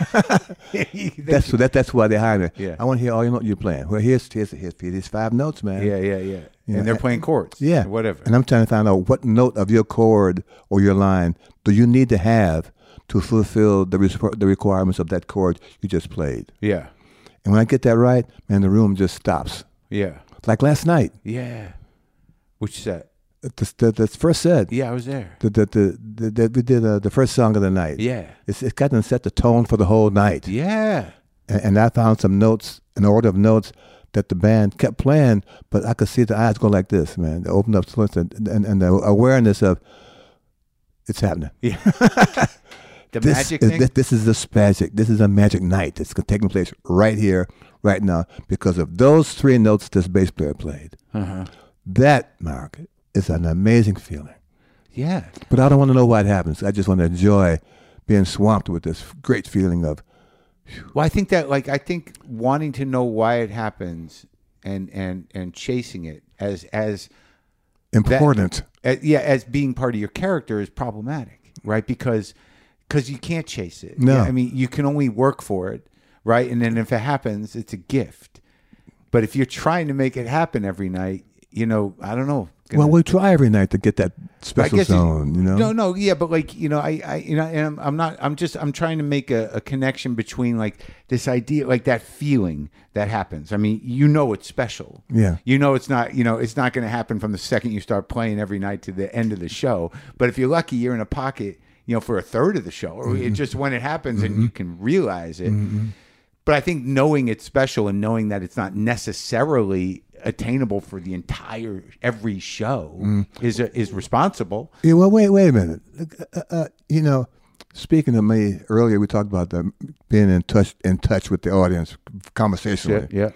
Speaker 3: That's so that that's why they hire me.
Speaker 4: Yeah.
Speaker 3: I want to hear all you know you're playing. Well, here's here's here's, these five notes, man.
Speaker 4: Yeah. Yeah.
Speaker 3: know,
Speaker 4: and they're playing chords.
Speaker 3: yeah,
Speaker 4: or Whatever.
Speaker 3: And I'm trying to find out what note of your chord or your line do you need to have to fulfill the res- the requirements of that chord you just played.
Speaker 4: yeah.
Speaker 3: And when I get that right, man, the room just stops.
Speaker 4: Yeah.
Speaker 3: Like last night,
Speaker 4: Yeah. Which set?
Speaker 3: the the, the first set,
Speaker 4: Yeah, I was there.
Speaker 3: the the the, the, the we did uh, the first song of the night.
Speaker 4: Yeah.
Speaker 3: It's, it's gotten set the tone for the whole night.
Speaker 4: Yeah.
Speaker 3: and, and I found some notes, an order of notes that the band kept playing, but I could see the eyes go like this, man. They opened up slits and, and, and the awareness of it's happening.
Speaker 4: The
Speaker 3: This,
Speaker 4: magic
Speaker 3: is,
Speaker 4: thing.
Speaker 3: this, this is this magic. This is a magic night that's taking place right here, right now, because of those three notes this bass player played.
Speaker 4: Uh-huh.
Speaker 3: That, Mark, is an amazing feeling.
Speaker 4: yeah.
Speaker 3: But I don't want to know why it happens. I just want to enjoy being swamped with this great feeling of
Speaker 4: Well, I think that like I think wanting to know why it happens and and and chasing it as as
Speaker 3: important.
Speaker 4: uh, yeah, as being part of your character is problematic, right? Because because you can't chase it.
Speaker 3: No.
Speaker 4: Yeah, I mean you can only work for it, right? And then if it happens, it's a gift. But if you're trying to make it happen every night, you know, I don't know.
Speaker 3: Well, we try every night to get that
Speaker 4: I
Speaker 3: special
Speaker 4: guess it-
Speaker 3: zone, you know.
Speaker 4: No, no, yeah, but like you know, I, I, you know, and I'm, I'm not, I'm just, I'm trying to make a, a connection between like this idea, like that feeling that happens. I mean, you know, it's special.
Speaker 3: Yeah.
Speaker 4: you know, it's not, you know, it's not going to happen from the second you start playing every night to the end of the show. But if you're lucky, you're in a pocket, you know, for a third of the show, or it just when it happens and you can realize it. But I think knowing it's special and knowing that it's not necessarily attainable for the entire every show is is responsible.
Speaker 3: Yeah, well, wait, wait a minute. Uh, uh, you know, speaking of me earlier, we talked about the, being in touch in touch with the audience conversationally.
Speaker 4: Yeah.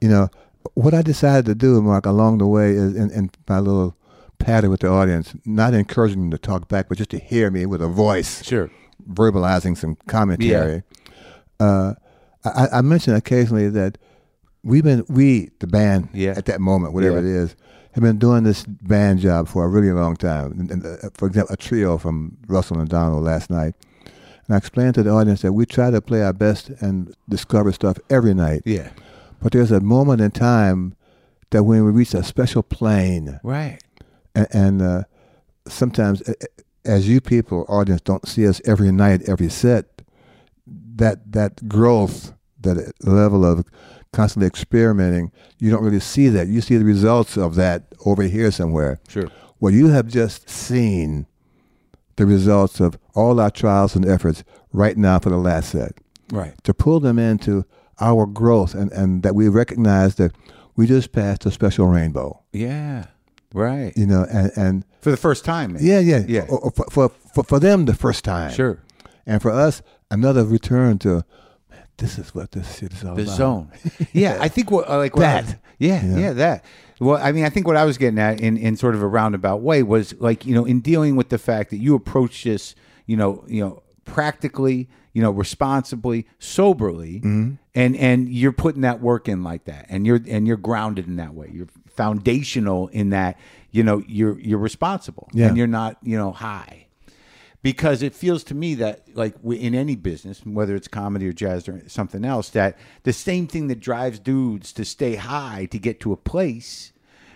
Speaker 3: You know, what I decided to do, Mark, along the way, is in, in my little patter with the audience, not encouraging them to talk back, but just to hear me with a voice,
Speaker 4: Sure.
Speaker 3: verbalizing some commentary. Uh, I, I mentioned occasionally that we've been we the band
Speaker 4: Yeah.
Speaker 3: at that moment, whatever
Speaker 4: Yeah.
Speaker 3: it is, have been doing this band job for a really long time. And, and, uh, for example, a trio from Russell and Donald last night, and I explained to the audience that we try to play our best and discover stuff every night.
Speaker 4: Yeah.
Speaker 3: But there's a moment in time that when we reach a special plane,
Speaker 4: Right.
Speaker 3: and, and uh, sometimes uh, as you people audience don't see us every night every set that that growth that level of constantly experimenting you don't really see that you see the results of that over here somewhere
Speaker 4: Sure.
Speaker 3: well you have just seen the results of all our trials and efforts right now for the last set
Speaker 4: Right.
Speaker 3: to pull them into our growth and, and that we recognize that we just passed a special rainbow
Speaker 4: Yeah. Right.
Speaker 3: you know and, and
Speaker 4: For the first time. man.
Speaker 3: yeah, yeah,
Speaker 4: Yeah. Oh,
Speaker 3: Or- or For, for for for them, the first time.
Speaker 4: Sure.
Speaker 3: And for us, another return to, man, this is what this shit is all
Speaker 4: The
Speaker 3: about.
Speaker 4: zone. Yeah. I think what uh, like what I-
Speaker 3: That.
Speaker 4: yeah,
Speaker 3: Yeah.
Speaker 4: yeah. That. Well, I mean, I think what I was getting at in in sort of a roundabout way was like you know in dealing with the fact that you approach this you know you know practically you know responsibly soberly and and you're putting that work in like that and you're and you're grounded in that way you're foundational in that you know you're you're responsible
Speaker 3: Yeah.
Speaker 4: and you're not you know high because it feels to me that like w- in any business whether it's comedy or jazz or something else that the same thing that drives dudes to stay high to get to a place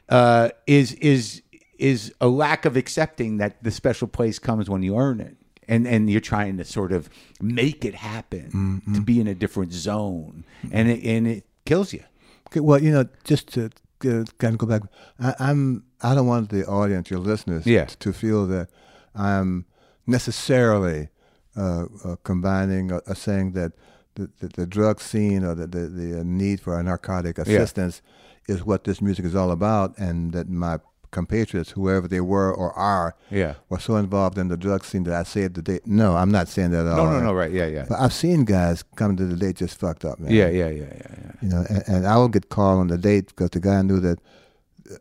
Speaker 4: uh, is is is a lack of accepting that the special place comes when you earn it and and you're trying to sort of make it happen to be in a different zone and it, and it kills you
Speaker 3: Okay, well, you know, just to uh, kind of go back, I, I'm I don't want the audience, your listeners,
Speaker 4: Yeah.
Speaker 3: to feel that I'm necessarily uh, uh, combining or, or saying that the, the, the drug scene or the the, the need for a narcotic assistance is what this music is all about, and that my compatriots, whoever they were or are,
Speaker 4: Yeah.
Speaker 3: were so involved in the drug scene that I saved the day. No, I'm not saying that at all.
Speaker 4: Oh, No, no, no, right. Yeah, yeah.
Speaker 3: But I've seen guys come to the date just fucked up, man.
Speaker 4: Yeah, yeah, yeah, yeah, yeah.
Speaker 3: You know, and, and I would get called on the date because the guy knew that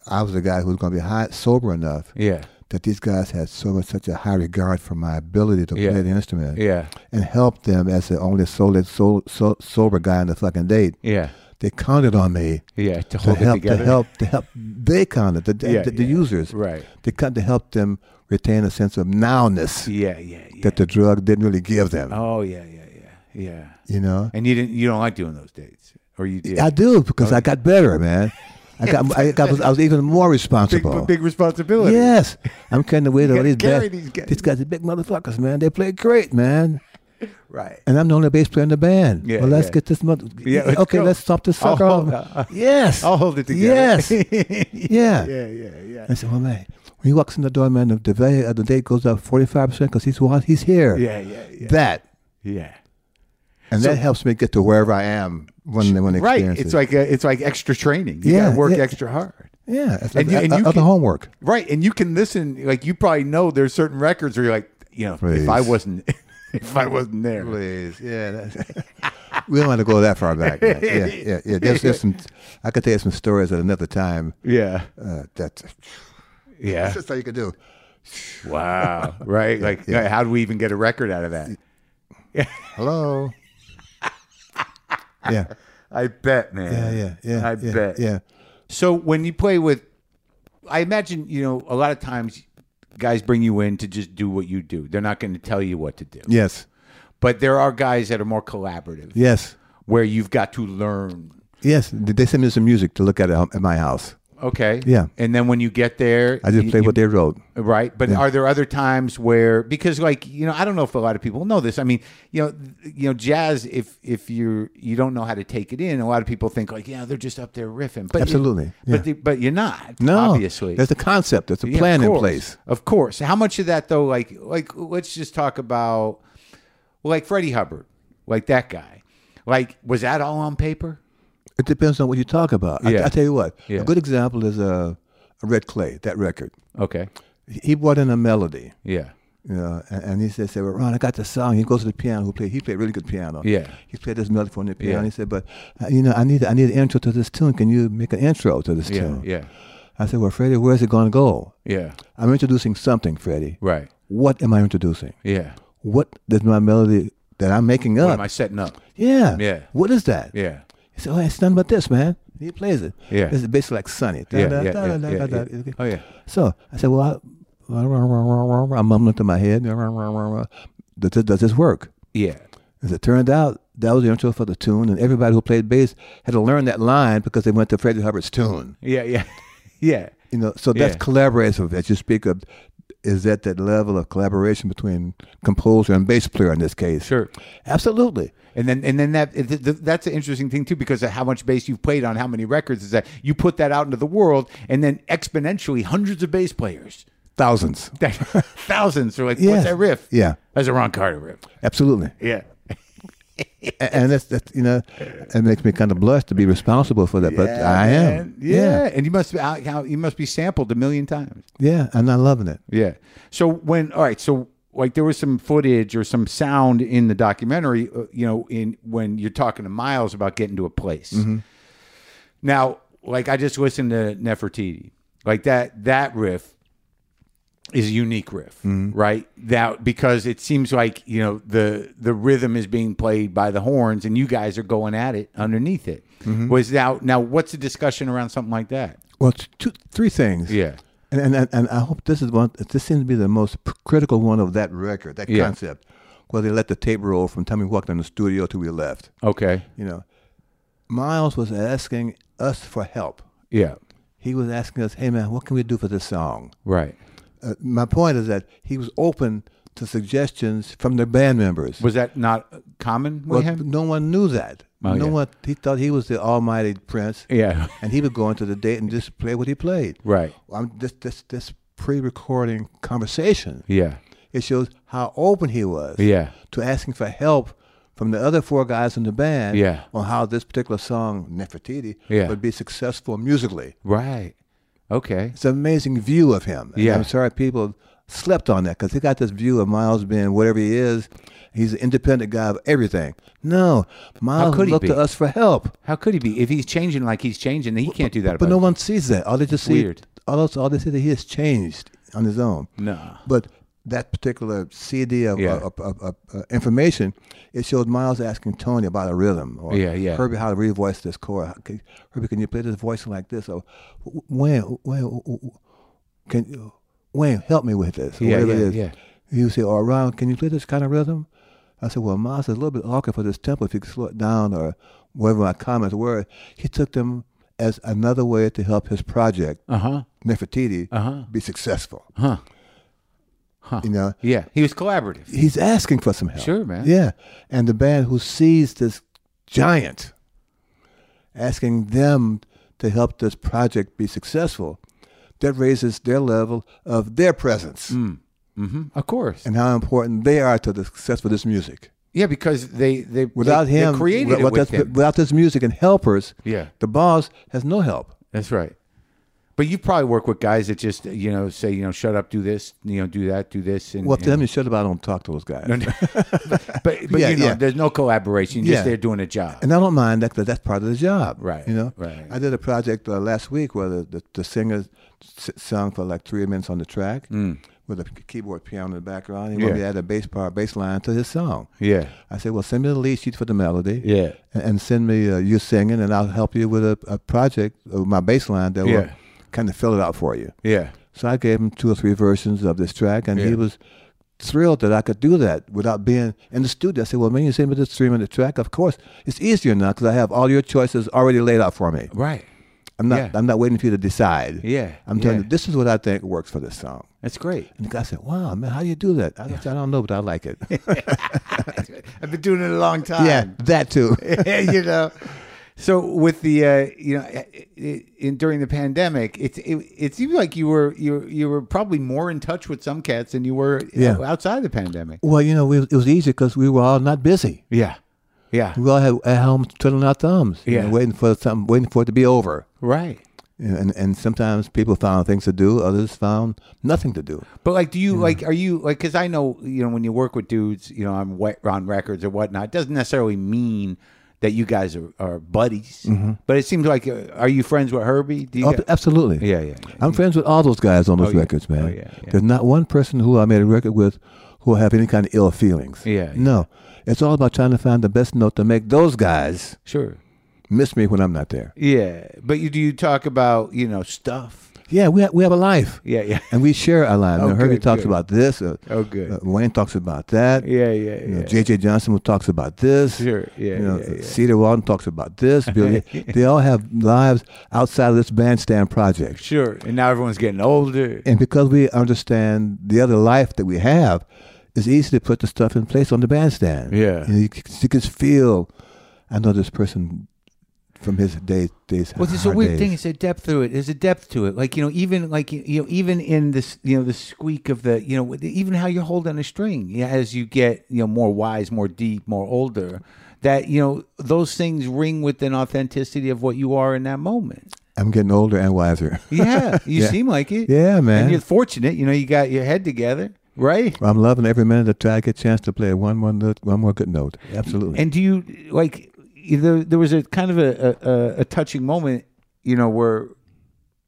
Speaker 3: I was the guy who was going to be high, sober enough
Speaker 4: Yeah.
Speaker 3: that these guys had so much, such a high regard for my ability to
Speaker 4: Yeah.
Speaker 3: play the instrument
Speaker 4: Yeah.
Speaker 3: and help them as the only solid, so, so, sober guy on the fucking date.
Speaker 4: Yeah.
Speaker 3: They counted on me
Speaker 4: Yeah. To
Speaker 3: to
Speaker 4: hold it
Speaker 3: help, to
Speaker 4: together.
Speaker 3: help, to help. They counted the, the,
Speaker 4: Yeah,
Speaker 3: the, the
Speaker 4: yeah.
Speaker 3: users.
Speaker 4: Right.
Speaker 3: They come to help them retain a sense of nowness
Speaker 4: Yeah, yeah, yeah.
Speaker 3: that the drug didn't really give them.
Speaker 4: oh, yeah, yeah, yeah. Yeah.
Speaker 3: You know,
Speaker 4: And you didn't you don't like doing those dates. Or you did.
Speaker 3: I do because I got better, man. I got, I got, I was even more
Speaker 4: big
Speaker 3: responsible.
Speaker 4: big responsibility.
Speaker 3: Yes, I'm carrying the weight of all
Speaker 4: gotta
Speaker 3: these
Speaker 4: carry
Speaker 3: bad-
Speaker 4: these guys.
Speaker 3: These guys are big motherfuckers, man. They play great, man.
Speaker 4: Right.
Speaker 3: And I'm the only bass player in the band.
Speaker 4: Yeah,
Speaker 3: well, let's
Speaker 4: yeah.
Speaker 3: get this mother.
Speaker 4: Yeah, let's
Speaker 3: okay,
Speaker 4: go.
Speaker 3: let's stop this
Speaker 4: I'll
Speaker 3: sucker.
Speaker 4: hold-
Speaker 3: off.
Speaker 4: I'll-
Speaker 3: yes,
Speaker 4: I'll hold it together.
Speaker 3: Yes. yeah.
Speaker 4: Yeah, yeah, yeah.
Speaker 3: I said, well, man, when he walks in the door, man, the, the value of the date goes up 45 percent because he's wa- he's here.
Speaker 4: Yeah, yeah, yeah.
Speaker 3: That
Speaker 4: yeah.
Speaker 3: and that helps me get to wherever I am when when they
Speaker 4: Right.
Speaker 3: experience
Speaker 4: It's
Speaker 3: it.
Speaker 4: like a, it's like extra training. You yeah,
Speaker 3: Yeah,
Speaker 4: gotta work
Speaker 3: yeah.
Speaker 4: extra hard.
Speaker 3: yeah, it's like
Speaker 4: and you- and
Speaker 3: o-
Speaker 4: you
Speaker 3: other
Speaker 4: can-
Speaker 3: homework.
Speaker 4: Right. And you can listen like you probably know there's certain records where you're like, you know, if
Speaker 3: Please.
Speaker 4: I wasn't if I wasn't there.
Speaker 3: Please, yeah. that's- we don't want to go that far back. man. Yeah, yeah, yeah. There's, there's some. I could tell you some stories at another time.
Speaker 4: Yeah.
Speaker 3: Uh, that-
Speaker 4: Yeah.
Speaker 3: that's just all you could do.
Speaker 4: Wow. Right? Like,
Speaker 3: yeah.
Speaker 4: how do we even get a record out of that?
Speaker 3: Hello. yeah,
Speaker 4: I bet, man.
Speaker 3: yeah, yeah, yeah.
Speaker 4: I
Speaker 3: yeah,
Speaker 4: bet.
Speaker 3: Yeah,
Speaker 4: So when you play with, I imagine, you know, a lot of times guys bring you in to just do what you do. They're not going to tell you what to do.
Speaker 3: yes,
Speaker 4: But there are guys that are more collaborative
Speaker 3: yes,
Speaker 4: where you've got to learn.
Speaker 3: yes. They sent me some music to look at um, at home- at my house.
Speaker 4: Okay.
Speaker 3: Yeah.
Speaker 4: And then when you get there,
Speaker 3: I just
Speaker 4: you-
Speaker 3: played
Speaker 4: you-
Speaker 3: what they wrote.
Speaker 4: Right. But are there other times where because like, you know, I don't know if a lot of people know this. I mean, you know, th- you know, jazz if if you're you don't know how to take it in, a lot of people think like, yeah, they're just up there riffing. But you-
Speaker 3: Absolutely, yeah.
Speaker 4: But the, but you're not.
Speaker 3: No,
Speaker 4: Obviously.
Speaker 3: there's a concept. There's a
Speaker 4: Yeah, of
Speaker 3: plan in
Speaker 4: course.
Speaker 3: place.
Speaker 4: Of course. How much of that though like like let's just talk about like Freddie Hubbard, like that guy. Like was that all on paper?
Speaker 3: It depends on what you talk about. I-
Speaker 4: Yeah.
Speaker 3: I, tell you what.
Speaker 4: Yeah.
Speaker 3: A good example is uh, Red Clay. That record.
Speaker 4: Okay.
Speaker 3: He he brought in a melody.
Speaker 4: Yeah.
Speaker 3: You know, and, and he said, said, well, Ron, I got the song. He goes to the piano. Who played? He played really good piano.
Speaker 4: Yeah.
Speaker 3: He played this melody from the piano.
Speaker 4: Yeah.
Speaker 3: He said, but uh, you know, I need I need an intro to this tune. Can you make an intro to this
Speaker 4: Yeah.
Speaker 3: tune?
Speaker 4: Yeah.
Speaker 3: I said, well, Freddie, where's it going to go?
Speaker 4: Yeah.
Speaker 3: I'm introducing something, Freddie.
Speaker 4: Right.
Speaker 3: What am I introducing?
Speaker 4: Yeah.
Speaker 3: What does my melody that I'm making
Speaker 4: What
Speaker 3: up?
Speaker 4: am I setting up?
Speaker 3: yeah.
Speaker 4: Yeah.
Speaker 3: What is that?
Speaker 4: Yeah.
Speaker 3: He said, oh, it's nothing but this, man. He plays it.
Speaker 4: Yeah.
Speaker 3: It's basically like Sonny.
Speaker 4: Yeah,
Speaker 3: Da-
Speaker 4: yeah,
Speaker 3: da-
Speaker 4: yeah,
Speaker 3: da-
Speaker 4: yeah,
Speaker 3: da-
Speaker 4: yeah.
Speaker 3: da-
Speaker 4: Oh, yeah.
Speaker 3: So I said, well, I, I'm mumbling to my head. Does this, does this work?
Speaker 4: Yeah.
Speaker 3: As it turned out, that was the intro for the tune, and everybody who played bass had to learn that line because they went to Freddie Hubbard's tune.
Speaker 4: Yeah, yeah, yeah,
Speaker 3: You know, so that's
Speaker 4: Yeah.
Speaker 3: collaborative that you speak of. Is that that level of collaboration between composer and bass player in this case?
Speaker 4: sure.
Speaker 3: absolutely.
Speaker 4: And then and then that th- th- that's an interesting thing too because of how much bass you've played on how many records is that you put that out into the world and then exponentially hundreds of bass players,
Speaker 3: Thousands,
Speaker 4: that, thousands are like,
Speaker 3: Yes.
Speaker 4: what's that riff?
Speaker 3: Yeah.
Speaker 4: that's a Ron Carter riff.
Speaker 3: absolutely.
Speaker 4: Yeah,
Speaker 3: A- and that's that you know it makes me kind of blush to be responsible for that but i am
Speaker 4: And- yeah. and you must be out, how you must be sampled a million times.
Speaker 3: yeah yeah and i'm loving it
Speaker 4: Yeah. So when all right, so like there was some footage or some sound in the documentary, uh, you know, in when you're talking to Miles about getting to a place. Now, like I just listened to Nefertiti, like that that riff is a unique riff, right? That because it seems like you know the the rhythm is being played by the horns, and you guys are going at it underneath it. Was now now what's the discussion around something like that?
Speaker 3: well t- two three things
Speaker 4: Yeah.
Speaker 3: and, and and and i hope this is one this seems to be the most p- critical one of that record that
Speaker 4: Yeah.
Speaker 3: concept where they let the tape roll from time we walked in the studio till we left
Speaker 4: Okay.
Speaker 3: you know miles was asking us for help
Speaker 4: Yeah.
Speaker 3: he was asking us hey man what can we do for this song
Speaker 4: Right.
Speaker 3: uh, my point is that he was open to suggestions from the band members
Speaker 4: Was that not common with
Speaker 3: Well,
Speaker 4: him?
Speaker 3: no one knew that.
Speaker 4: Oh,
Speaker 3: no
Speaker 4: yeah.
Speaker 3: one. He thought he was the almighty prince,
Speaker 4: Yeah.
Speaker 3: and he would go into the date and just play what he played.
Speaker 4: Right.
Speaker 3: I'm this this this pre-recording conversation.
Speaker 4: Yeah.
Speaker 3: It shows how open he was.
Speaker 4: Yeah.
Speaker 3: To asking for help from the other four guys in the band.
Speaker 4: Yeah.
Speaker 3: On how this particular song Nefertiti
Speaker 4: Yeah.
Speaker 3: would be successful musically.
Speaker 4: Right. Okay.
Speaker 3: It's an amazing view of him. And
Speaker 4: Yeah.
Speaker 3: I'm sorry people slept on that because they got this view of Miles being whatever he is. He's an independent guy of everything. No, Miles
Speaker 4: could he
Speaker 3: looked
Speaker 4: be?
Speaker 3: to us for help,
Speaker 4: How could he be? If he's changing like he's changing, then he can't do that.
Speaker 3: but
Speaker 4: about
Speaker 3: no
Speaker 4: it.
Speaker 3: one sees that. All they just see,
Speaker 4: Weird.
Speaker 3: all, else- all they see that he has changed on his own.
Speaker 4: No.
Speaker 3: But that particular CD of,
Speaker 4: Yeah.
Speaker 3: of, of, of, uh, information, it showed Miles asking Tony about a rhythm. Or
Speaker 4: Yeah, yeah.
Speaker 3: Herbie, how to revoice this chord. How can- Herbie, can you play this voicing like this? Or Wayne, Wayne, can Wayne help me with this? Or
Speaker 4: Yeah,
Speaker 3: whatever
Speaker 4: yeah,
Speaker 3: it is.
Speaker 4: yeah.
Speaker 3: He would say, or Ron, can you play this kind of rhythm? I said, well, Miles, it's a little bit awkward for this tempo if you could slow it down or whatever my comments were. He took them as another way to help his project,
Speaker 4: Uh huh.
Speaker 3: Nefertiti, be successful.
Speaker 4: Uh-huh. Huh.
Speaker 3: You know,
Speaker 4: Yeah. He was collaborative.
Speaker 3: he's asking for some help.
Speaker 4: Sure, man.
Speaker 3: Yeah. And the band who sees this giant asking them to help this project be successful, that raises their level of their presence
Speaker 4: Mm. Of course.
Speaker 3: and how important they are to the success of this music.
Speaker 4: Yeah, because they they
Speaker 3: Without
Speaker 4: they,
Speaker 3: him,
Speaker 4: they created
Speaker 3: without,
Speaker 4: it with
Speaker 3: this,
Speaker 4: him.
Speaker 3: without this music and helpers,
Speaker 4: Yeah.
Speaker 3: the boss has no help.
Speaker 4: That's right. But you probably work with guys that just you know say you know shut up, do this, you know do that, do this, and
Speaker 3: Well, if
Speaker 4: and-
Speaker 3: them you shut up, I don't talk to those guys.
Speaker 4: but but
Speaker 3: Yeah,
Speaker 4: you know
Speaker 3: yeah.
Speaker 4: there's no collaboration. Just
Speaker 3: Yeah.
Speaker 4: they're doing a job.
Speaker 3: And I don't mind that because that's part of the job.
Speaker 4: Right,
Speaker 3: You know?
Speaker 4: right.
Speaker 3: I did a project uh, last week where the, the, the singer s- sung for like three minutes on the track with a keyboard piano in the background. He wanted me
Speaker 4: Mm. Yeah.
Speaker 3: to add a bass part, bass line to his song.
Speaker 4: Yeah.
Speaker 3: I said, well, send me the lead sheet for the melody.
Speaker 4: Yeah.
Speaker 3: And, and send me uh, you singing, and I'll help you with a, a project, uh, my bass line that will
Speaker 4: Yeah.
Speaker 3: kind of fill it out for you.
Speaker 4: Yeah.
Speaker 3: So I gave him two or three versions of this track, and
Speaker 4: Yeah.
Speaker 3: he was thrilled that I could do that without being in the studio. I said, "Well, man, you sent me this three-minute track. Of course, it's easier now because I have all your choices already laid out for me.
Speaker 4: Right.
Speaker 3: I'm not,
Speaker 4: Yeah.
Speaker 3: I'm not waiting for you to decide.
Speaker 4: Yeah,
Speaker 3: I'm telling
Speaker 4: yeah.
Speaker 3: you, this is what I think works for this song."
Speaker 4: That's great.
Speaker 3: And the guy said, "Wow, man, how do you do that?" I, said, I don't know, but I like it.
Speaker 4: I've been doing it a long time.
Speaker 3: yeah, that too.
Speaker 4: you know. So with the uh, you know i- i- in, during the pandemic, it's it, it seemed like you were you were- you were probably more in touch with some cats than you were you
Speaker 3: Yeah.
Speaker 4: know, outside the pandemic.
Speaker 3: well, you know, we, it was easier because we were all not busy.
Speaker 4: Yeah, yeah,
Speaker 3: We all had at home twiddling our thumbs, you
Speaker 4: Yeah.
Speaker 3: know, waiting for something, waiting for it to be over.
Speaker 4: right.
Speaker 3: Yeah, and and sometimes people found things to do, others found nothing to do.
Speaker 4: But like, do you like? Are you like? Because I know you know when you work with dudes, you know, on wet on records or whatnot. It doesn't necessarily mean that you guys are, are buddies. But it seems like, uh, are you friends with Herbie? Do you?
Speaker 3: Oh,
Speaker 4: guys-
Speaker 3: absolutely.
Speaker 4: yeah, yeah, yeah.
Speaker 3: I'm friends with all those guys on those
Speaker 4: yeah.
Speaker 3: records, man.
Speaker 4: Oh, yeah, yeah.
Speaker 3: There's not one person who I made a record with who will have any kind of ill feelings.
Speaker 4: Yeah, yeah.
Speaker 3: No. It's all about trying to find the best note to make those guys
Speaker 4: Sure.
Speaker 3: miss me when I'm not there.
Speaker 4: Yeah, but you do you talk about you know stuff?
Speaker 3: Yeah, we have, we have a life.
Speaker 4: Yeah, yeah.
Speaker 3: And we share our life.
Speaker 4: Oh,
Speaker 3: now, Herbie
Speaker 4: good,
Speaker 3: talks
Speaker 4: good.
Speaker 3: about this. Uh,
Speaker 4: Oh, good.
Speaker 3: uh, Wayne talks about that.
Speaker 4: Yeah, yeah,
Speaker 3: You know,
Speaker 4: yeah.
Speaker 3: J.J. Johnson who talks about this.
Speaker 4: Sure, yeah,
Speaker 3: You know,
Speaker 4: yeah, yeah.
Speaker 3: Cedar Walton talks about this. Billy, they all have lives outside of this bandstand project.
Speaker 4: Sure. And now everyone's getting older.
Speaker 3: And because we understand the other life that we have, it's easy to put the stuff in place on the bandstand.
Speaker 4: Yeah.
Speaker 3: You, know, you, c- you can feel, I know this person from his day, days.
Speaker 4: Well, there's a
Speaker 3: hard
Speaker 4: weird
Speaker 3: days.
Speaker 4: thing. It's a depth to it. There's a depth to it. Like you know, even like you know, even in this, you know, the squeak of the, you know, with- even how you're holding a string. Yeah, as you get you know more wise, more deep, more older, that you know those things ring with an authenticity of what you are in that moment.
Speaker 3: I'm getting older and wiser.
Speaker 4: Yeah, you
Speaker 3: Yeah.
Speaker 4: seem like it.
Speaker 3: Yeah, man.
Speaker 4: And you're fortunate. You know, you got your head together, right?
Speaker 3: I'm loving every minute of try to get a chance to play one more, note- one more good note. Absolutely.
Speaker 4: And do you like? There, there was a kind of a, a, a touching moment, you know, where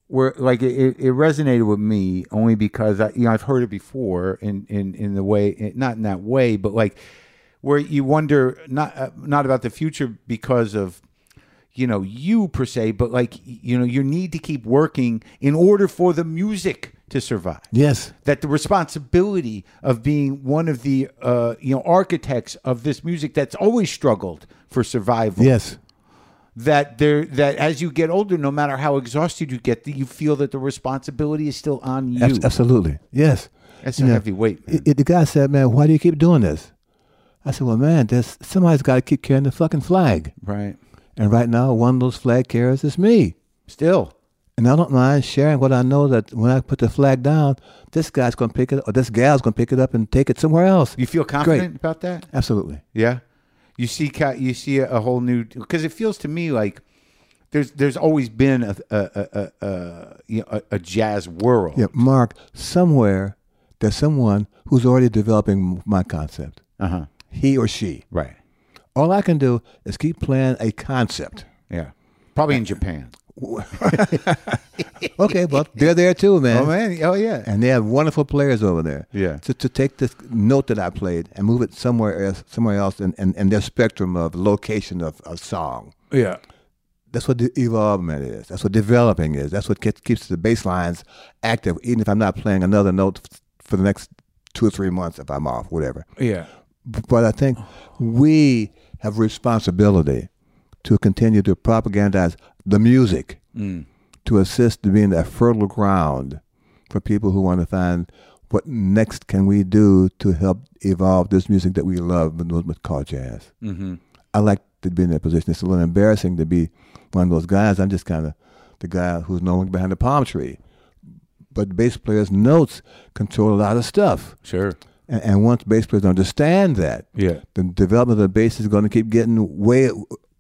Speaker 4: where like it, it resonated with me only because I, you know, I've heard it before in in in the way, eh, not in that way, but like where you wonder not uh, not about the future because of you know you per se, but like you know you need to keep working in order for the music to survive
Speaker 3: yes.
Speaker 4: that the responsibility of being one of the uh, you know architects of this music that's always struggled for survival.
Speaker 3: Yes.
Speaker 4: That there that as you get older, no matter how exhausted you get, that you feel that the responsibility is still on you.
Speaker 3: Abs- absolutely. Yes.
Speaker 4: That's
Speaker 3: You
Speaker 4: a
Speaker 3: know,
Speaker 4: heavy weight, man.
Speaker 3: it- it- the guy said, man, why do you keep doing this? I said, well, man, there's, somebody's got to keep carrying the fucking flag.
Speaker 4: right.
Speaker 3: And right now, one of those flag carriers is me.
Speaker 4: Still.
Speaker 3: And I don't mind sharing what I know that when I put the flag down, this guy's going to pick it or this gal's going to pick it up and take it somewhere else.
Speaker 4: You feel confident about that?
Speaker 3: Absolutely.
Speaker 4: Yeah, you see, ca- you see a, a whole new because it feels to me like there's there's always been a, a, a, a, a you know, a, a jazz world.
Speaker 3: Yeah, Mark, somewhere there's someone who's already developing my concept.
Speaker 4: Uh huh.
Speaker 3: He or she.
Speaker 4: Right.
Speaker 3: All I can do is keep playing a concept.
Speaker 4: Yeah. Probably in Japan.
Speaker 3: Okay, well, they're there too, man.
Speaker 4: man. Oh yeah.
Speaker 3: And they have wonderful players over there.
Speaker 4: Yeah.
Speaker 3: To, to take this note that I played and move it somewhere else, somewhere else in, in, in their spectrum of location of a song.
Speaker 4: Yeah.
Speaker 3: That's what the evolvement is. That's what developing is. That's what gets, keeps the bass lines active, even if I'm not playing another note f- for the next two or three months if I'm off, whatever.
Speaker 4: Yeah.
Speaker 3: But I think we have responsibility to continue to propagandize the music to assist in being a fertile ground for people who want to find what next can we do to help evolve this music that we love and what's called jazz. Mm-hmm. I like to be in that position. It's a little embarrassing to be one of those guys. I'm just kind of the guy who's known behind the palm tree. But bass players' notes control a lot of stuff.
Speaker 4: Sure.
Speaker 3: And, and once bass players understand that,
Speaker 4: Yeah.
Speaker 3: the development of the bass is going to keep getting way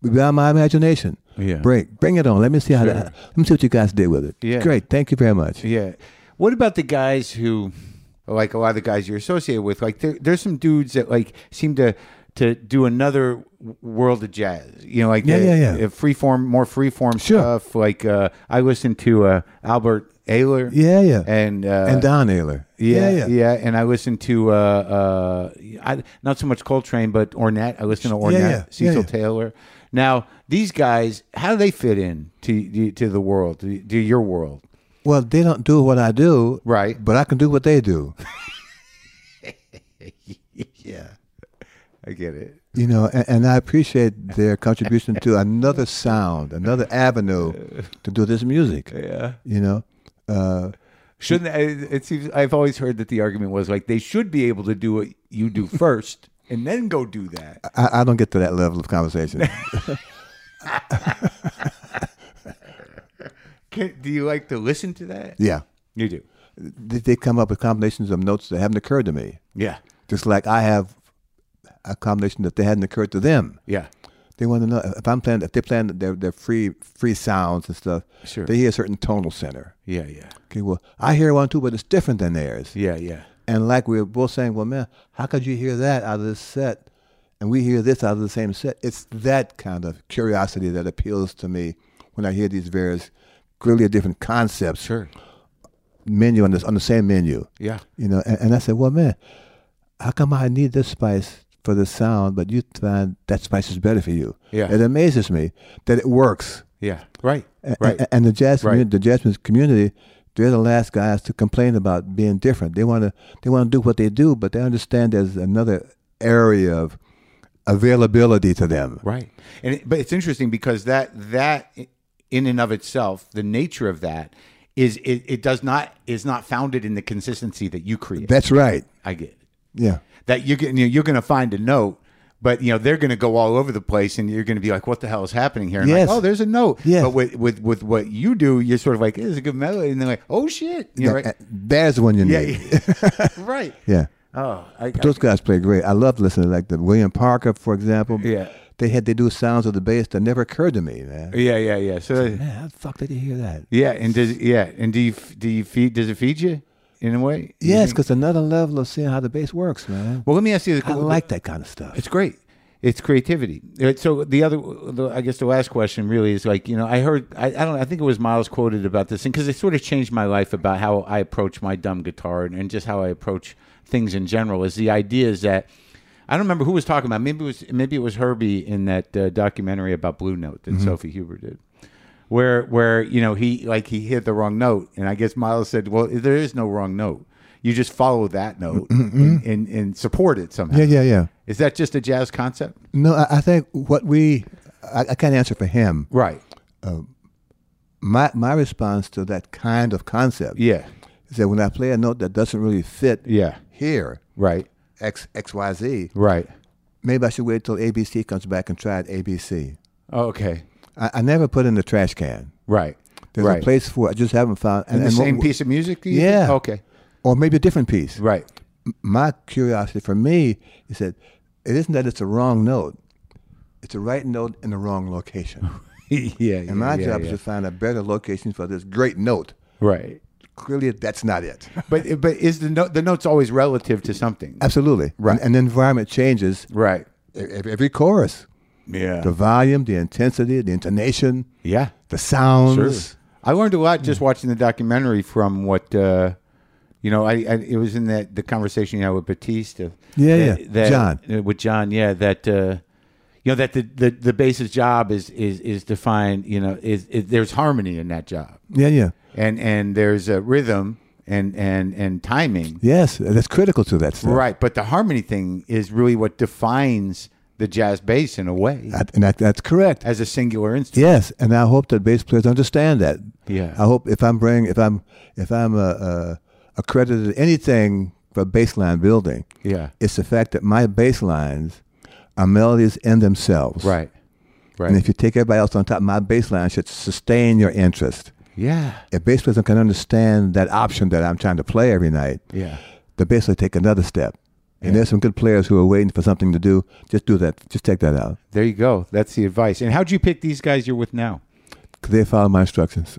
Speaker 3: beyond my imagination.
Speaker 4: Yeah.
Speaker 3: Break, bring it on. Let me see how that, let me see what you guys did with it.
Speaker 4: Yeah.
Speaker 3: Great. Thank you very much.
Speaker 4: Yeah. What about the guys who, like a lot of the guys you're associated with, like there, there's some dudes that like seem to to do another w- world of jazz. You know, like
Speaker 3: Yeah,
Speaker 4: the,
Speaker 3: yeah, yeah.
Speaker 4: uh, freeform, more freeform
Speaker 3: Sure.
Speaker 4: stuff. Like uh, I listened to uh, Albert Ayler.
Speaker 3: Yeah, yeah.
Speaker 4: And uh,
Speaker 3: and Don Ayler.
Speaker 4: yeah, yeah, And I listened to uh, uh, I, not so much Coltrane, but Ornette. I listened to Ornette,
Speaker 3: yeah, yeah,
Speaker 4: Cecil
Speaker 3: yeah.
Speaker 4: Taylor. Now these guys, how do they fit in to to the world, to, to your world?
Speaker 3: Well, they don't do what I do.
Speaker 4: Right.
Speaker 3: But I can do what they do.
Speaker 4: Yeah, I get it.
Speaker 3: You know, and, and I appreciate their contribution to another sound, another avenue to do this music.
Speaker 4: Yeah,
Speaker 3: You know, uh,
Speaker 4: shouldn't I- it seems? I've always heard that the argument was like they should be able to do what you do first and then go do that.
Speaker 3: I, I don't get to that level of conversation.
Speaker 4: Can, do you like to listen to that?
Speaker 3: yeah,
Speaker 4: you do.
Speaker 3: they, they come up with combinations of notes that haven't occurred to me.
Speaker 4: Yeah,
Speaker 3: Just like I have a combination that they hadn't occurred to them.
Speaker 4: yeah,
Speaker 3: They want to know if I'm playing, if they're playing their, their free free sounds and stuff.
Speaker 4: Sure.
Speaker 3: They hear a certain tonal center.
Speaker 4: yeah, yeah,
Speaker 3: Okay, well, I hear one too, but it's different than theirs.
Speaker 4: yeah, yeah.
Speaker 3: And like we were both saying, well, man, how could you hear that out of this set? And we hear this out of the same set. It's that kind of curiosity that appeals to me when I hear these various, clearly different concepts,
Speaker 4: Sure.
Speaker 3: menu on, this, on the same menu.
Speaker 4: Yeah.
Speaker 3: You know, and, and I said, well, man, how come I need this spice for this sound, but you find that spice is better for you?
Speaker 4: Yeah.
Speaker 3: It amazes me that it works.
Speaker 4: Yeah. Right.
Speaker 3: A- a-
Speaker 4: Right.
Speaker 3: And, the jazz
Speaker 4: Right.
Speaker 3: community, the jazz music community, they're the last guys to complain about being different. They want to they want to do what they do, but they understand there's another area of availability to them.
Speaker 4: Right. And it, but it's interesting because that that i- in and of itself, the nature of that is it, it does not is not founded in the consistency that you create.
Speaker 3: That's right.
Speaker 4: I get it.
Speaker 3: Yeah.
Speaker 4: that you're getting you're going to find a note but you know they're going to go all over the place and you're going to be like what the hell is happening here and
Speaker 3: Yes.
Speaker 4: like, oh there's a note
Speaker 3: Yes.
Speaker 4: but with, with with what you do you're sort of like this is a good melody and they're like oh shit you know,
Speaker 3: That-
Speaker 4: right
Speaker 3: There's the one you
Speaker 4: yeah,
Speaker 3: need.
Speaker 4: yeah. right
Speaker 3: Yeah.
Speaker 4: oh I,
Speaker 3: But those guys play great. I love listening to like the William Parker, for example.
Speaker 4: Yeah.
Speaker 3: They had they do sounds of the bass that never occurred to me, man.
Speaker 4: yeah yeah yeah so
Speaker 3: Man, how the fuck did you hear that?
Speaker 4: yeah and does yeah and do you f- do you feed does it feed you in a way You
Speaker 3: Yes,
Speaker 4: think-
Speaker 3: because another level of seeing how the bass works, man.
Speaker 4: well let me ask you
Speaker 3: I like that kind of stuff.
Speaker 4: It's great. It's creativity. Uh, So the other, the, I guess, the last question really is like you know I heard I, I don't know, I think it was Miles quoted about this thing because it sort of changed my life about how I approach my dumb guitar and, and just how I approach things in general. Is the idea is that I don't remember who was talking about maybe it was maybe it was Herbie in that uh, documentary about Blue Note
Speaker 3: Mm-hmm.
Speaker 4: that Sophie Huber did. Where, where you know he like he hit the wrong note, and I guess Miles said, "Well, there is no wrong note. You just follow that note and, and, and support it somehow."
Speaker 3: Yeah, yeah, yeah.
Speaker 4: Is that just a jazz concept?
Speaker 3: No, I, I think what we, I, I can't answer for him.
Speaker 4: Right.
Speaker 3: My my response to that kind of concept
Speaker 4: Yeah.
Speaker 3: is that when I play a note that doesn't really fit
Speaker 4: Yeah.
Speaker 3: here,
Speaker 4: Right.
Speaker 3: X X Y Z,
Speaker 4: Right.
Speaker 3: maybe I should wait till ABC comes back and try it ABC.
Speaker 4: okay.
Speaker 3: I, I never put in the trash can.
Speaker 4: Right.
Speaker 3: There's
Speaker 4: right.
Speaker 3: a place for it. I just haven't found
Speaker 4: and, the
Speaker 3: what-
Speaker 4: same piece of music. do you
Speaker 3: Yeah.
Speaker 4: think? Okay.
Speaker 3: or maybe a different piece.
Speaker 4: Right.
Speaker 3: My curiosity for me is that it isn't that it's a wrong note; it's a right note in the wrong location.
Speaker 4: yeah.
Speaker 3: And my job is to find a better location for this great note.
Speaker 4: Right.
Speaker 3: Clearly, that's not it.
Speaker 4: But but is the note the note's always relative to something?
Speaker 3: Absolutely.
Speaker 4: Right.
Speaker 3: And, and the environment changes
Speaker 4: Right.
Speaker 3: e- e- every chorus.
Speaker 4: Yeah.
Speaker 3: The volume, the intensity, the intonation,
Speaker 4: yeah.
Speaker 3: the sounds.
Speaker 4: I learned a lot
Speaker 3: Hmm.
Speaker 4: just watching the documentary from what uh, you know. I, I it was in that the conversation you had with Batista.
Speaker 3: Yeah,
Speaker 4: that-
Speaker 3: yeah.
Speaker 4: that-
Speaker 3: John.
Speaker 4: uh, with John. Yeah, that uh, you know that the, the the bassist job is is is defined. You know, is, is there's harmony in that job,
Speaker 3: Yeah, yeah.
Speaker 4: and and there's a rhythm and and and timing.
Speaker 3: Yes, that's critical to that stuff.
Speaker 4: Right, but the harmony thing is really what defines the jazz bass in a way
Speaker 3: That- and that, that's correct.
Speaker 4: as a singular instrument.
Speaker 3: Yes, and I hope that bass players understand that.
Speaker 4: Yeah.
Speaker 3: I hope if I'm bringing, if I'm, if I'm uh, uh, accredited anything for baseline building,
Speaker 4: Yeah.
Speaker 3: it's the fact that my bass lines are melodies in themselves.
Speaker 4: Right. Right.
Speaker 3: And if you take everybody else on top, my bass line should sustain your interest.
Speaker 4: yeah.
Speaker 3: If bass players can understand that option that I'm trying to play every night,
Speaker 4: Yeah.
Speaker 3: the bass player take another step. And there's some good players who are waiting for something to do. Just do that. Just take that out.
Speaker 4: There you go. That's the advice. And how'd you pick these guys you're with now?
Speaker 3: 'Cause they follow my instructions.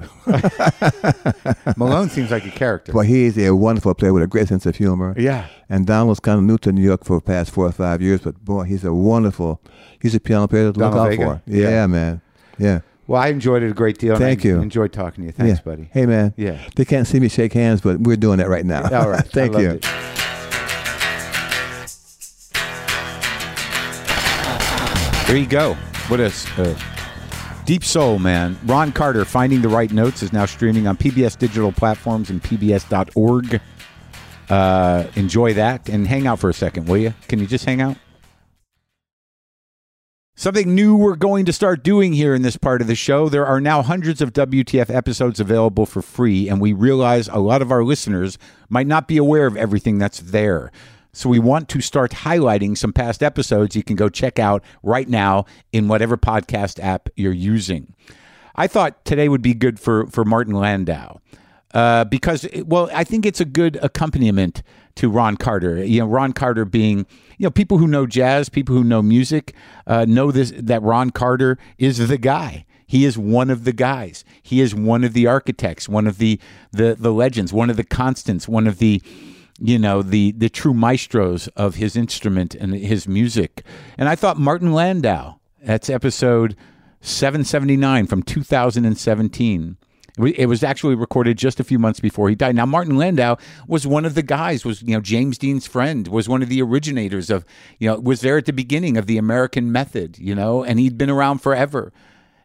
Speaker 4: Malone seems like a character.
Speaker 3: But he is a wonderful player with a great sense of humor.
Speaker 4: Yeah.
Speaker 3: And Don was kind of new to New York for the past four or five years, but boy, he's a wonderful, he's a piano player to look
Speaker 4: Donald
Speaker 3: out
Speaker 4: Fagen?
Speaker 3: for. Yeah,
Speaker 4: Yeah.
Speaker 3: man. Yeah.
Speaker 4: Well, I enjoyed it a great deal. and
Speaker 3: Thank
Speaker 4: I
Speaker 3: you.
Speaker 4: Enjoyed talking to you. Thanks,
Speaker 3: Yeah.
Speaker 4: buddy.
Speaker 3: Hey, man.
Speaker 4: Yeah.
Speaker 3: They can't see me shake hands, but we're doing that right now.
Speaker 4: All right. I
Speaker 3: Thank
Speaker 4: loved
Speaker 3: you.
Speaker 4: it. There you go. What a s- uh, deep soul, man. Ron Carter, Finding the Right Notes, is now streaming on PBS digital platforms and PBS.org. Uh, enjoy that and hang out for a second, will you? Can you just hang out? Something new we're going to start doing here in this part of the show. There are now hundreds of WTF episodes available for free, and we realize a lot of our listeners might not be aware of everything that's there. So we want to start highlighting some past episodes you can go check out right now in whatever podcast app you're using. I thought today would be good for for Martin Landau uh, because it- well, I think it's a good accompaniment to Ron Carter. You know, Ron Carter being you know people who know jazz, people who know music uh, know this that Ron Carter is the guy. He is one of the guys. He is one of the architects, one of the the the legends, one of the constants, one of the you know the the true maestros of his instrument and his music. And I thought Martin Landau. That's episode 779 from 2017. It wa- It was actually recorded just a few months before he died. Now, Martin Landau was one of the guys, was, you know, James Dean's friend, was one of the originators of, you know, was there at the beginning of the American method, you know, and he'd been around forever.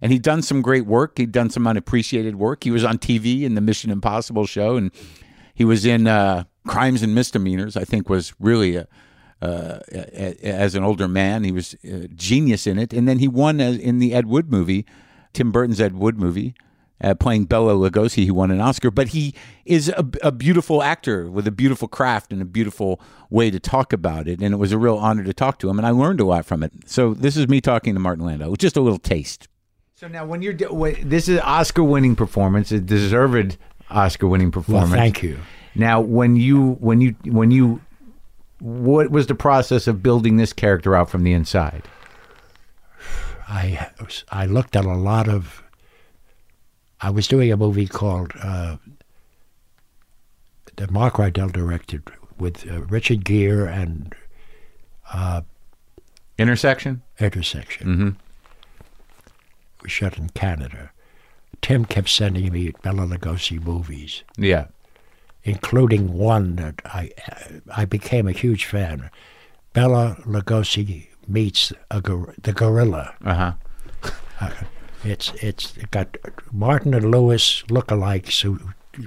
Speaker 4: And he'd done some great work. He'd done some unappreciated work. He was on TV in the Mission Impossible show, and he was in uh, Crimes and Misdemeanors, I think was really a, uh, a- a- as an older man. He was a genius in it, and then he won as- in the Ed Wood movie, Tim Burton's Ed Wood movie, uh, playing Bela Lugosi. He won an Oscar, but he is a, a beautiful actor with a beautiful craft and a beautiful way to talk about it. And it was a real honor to talk to him, and I learned a lot from it. So this is me talking to Martin Landau, just a little taste. So now, when you're this is Oscar-winning performance, a deserved Oscar-winning performance.
Speaker 5: thank you.
Speaker 4: Now, when you when you when you what was the process of building this character out from the inside?
Speaker 5: I I looked at a lot of. I was doing a movie called uh, that Mark Rydell directed with uh, Richard Gere and
Speaker 4: Intersection.
Speaker 5: Intersection. We shot in Canada. Tim kept sending me Bela Lugosi movies,
Speaker 4: Yeah.
Speaker 5: including one that I I became a huge fan. Bela Lugosi meets a gor- the gorilla.
Speaker 4: Uh huh.
Speaker 5: It's it's got Martin and Lewis lookalikes who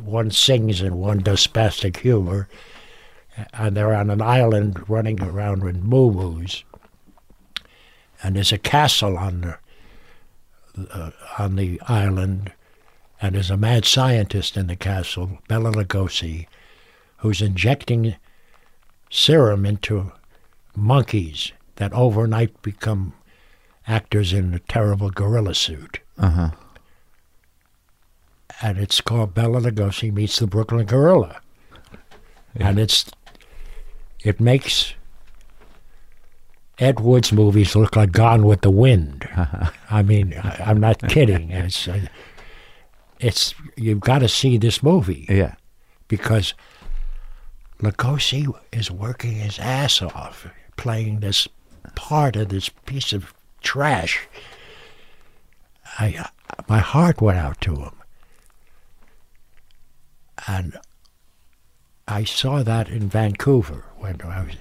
Speaker 5: one sings and one does spastic humor, and they're on an island running around with moo-moos. And there's a castle on the uh, on the island, and there's a mad scientist in the castle, Bela Lugosi, who's injecting serum into monkeys that overnight become actors in a terrible gorilla suit. Uh
Speaker 4: Uh-huh.
Speaker 5: And it's called Bella Lugosi meets the Brooklyn Gorilla, and it's it makes Ed Wood's movies look like Gone with the Wind. I mean, I, I'm not kidding. It's, uh, It's you've got to see this movie
Speaker 6: Yeah.
Speaker 5: because Lugosi is working his ass off playing this part of this piece of trash. I, my heart went out to him. And I saw that in Vancouver when I was.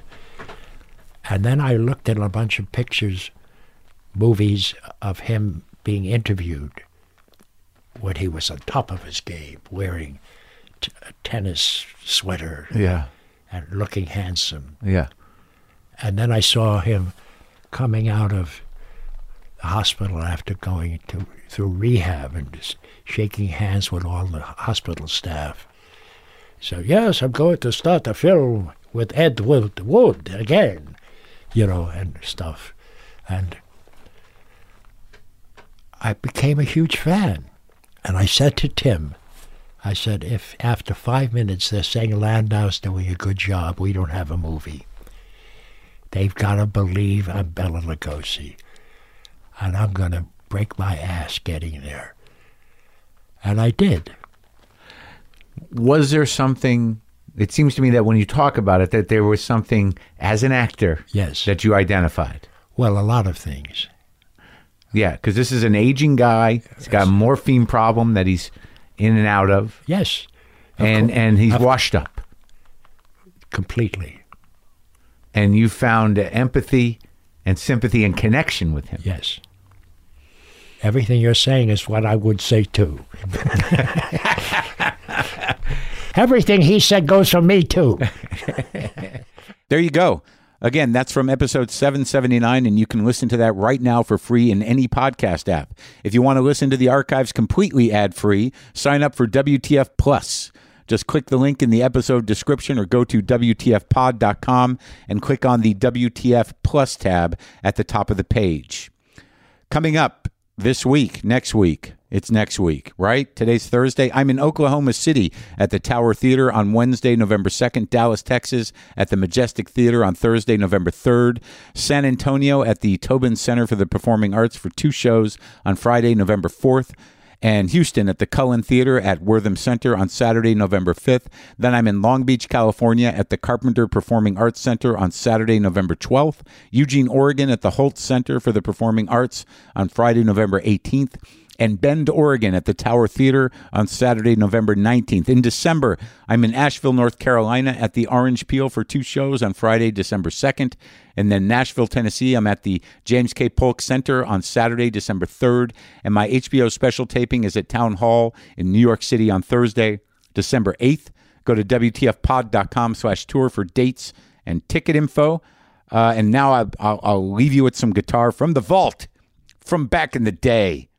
Speaker 5: And then I looked at a bunch of pictures, movies of him being interviewed when he was on top of his game, wearing t- a tennis sweater
Speaker 6: Yeah.
Speaker 5: and looking handsome.
Speaker 6: Yeah.
Speaker 5: And then I saw him coming out of the hospital after going to through rehab and just shaking hands with all the hospital staff. So yes, I'm going to start a film with Ed Wood, Wood again, you know, and stuff. And I became a huge fan. And I said to Tim, I said, if after five minutes they're saying Landau's doing a good job, we don't have a movie. They've got to believe I'm Bela Lugosi. And I'm going to break my ass getting there. And I did.
Speaker 6: Was there something? It seems to me that when you talk about it, that there was something as an actor
Speaker 5: Yes.
Speaker 6: that you identified.
Speaker 5: Well, a lot of things.
Speaker 6: Yeah, because this is an aging guy. He's got a morphine problem that he's in and out of,
Speaker 5: Yes,
Speaker 6: and and he's
Speaker 5: Of-
Speaker 6: washed up.
Speaker 5: completely.
Speaker 6: And you found empathy and sympathy and connection with him.
Speaker 5: Yes. Everything you're saying is what I would say too. Everything he said goes for me too.
Speaker 4: There you go. Again, that's from episode 779, and you can listen to that right now for free in any podcast app. If you want to listen to the archives completely ad free, sign up for WTF Plus. Just click the link in the episode description or go to WTFpod.com and click on the WTF Plus tab at the top of the page. Coming up this week, next week, it's next week, right? Today's Thursday. I'm in Oklahoma City at the Tower Theater on Wednesday, November 2nd, Dallas, Texas at the Majestic Theater on Thursday, November 3rd, San Antonio at the Tobin Center for the Performing Arts for two shows on Friday, November 4th and Houston at the Cullen Theater at Wortham Center on Saturday, November 5th. Then I'm in Long Beach, California at the Carpenter Performing Arts Center on Saturday, November 12th. Eugene, Oregon at the Holt Center for the Performing Arts on Friday, November 18th. And Bend, Oregon at the Tower Theater on Saturday, November 19th. In December, I'm in Asheville, North Carolina at the Orange Peel for two shows on Friday, December 2nd. And then Nashville, Tennessee, I'm at the James K. Polk Center on Saturday, December 3rd. And my HBO special taping is at Town Hall in New York City on Thursday, December 8th. Go to WTFpod.com slash tour for dates and ticket info. Uh, and now I, I'll, I'll leave you with some guitar from the vault from back in the day.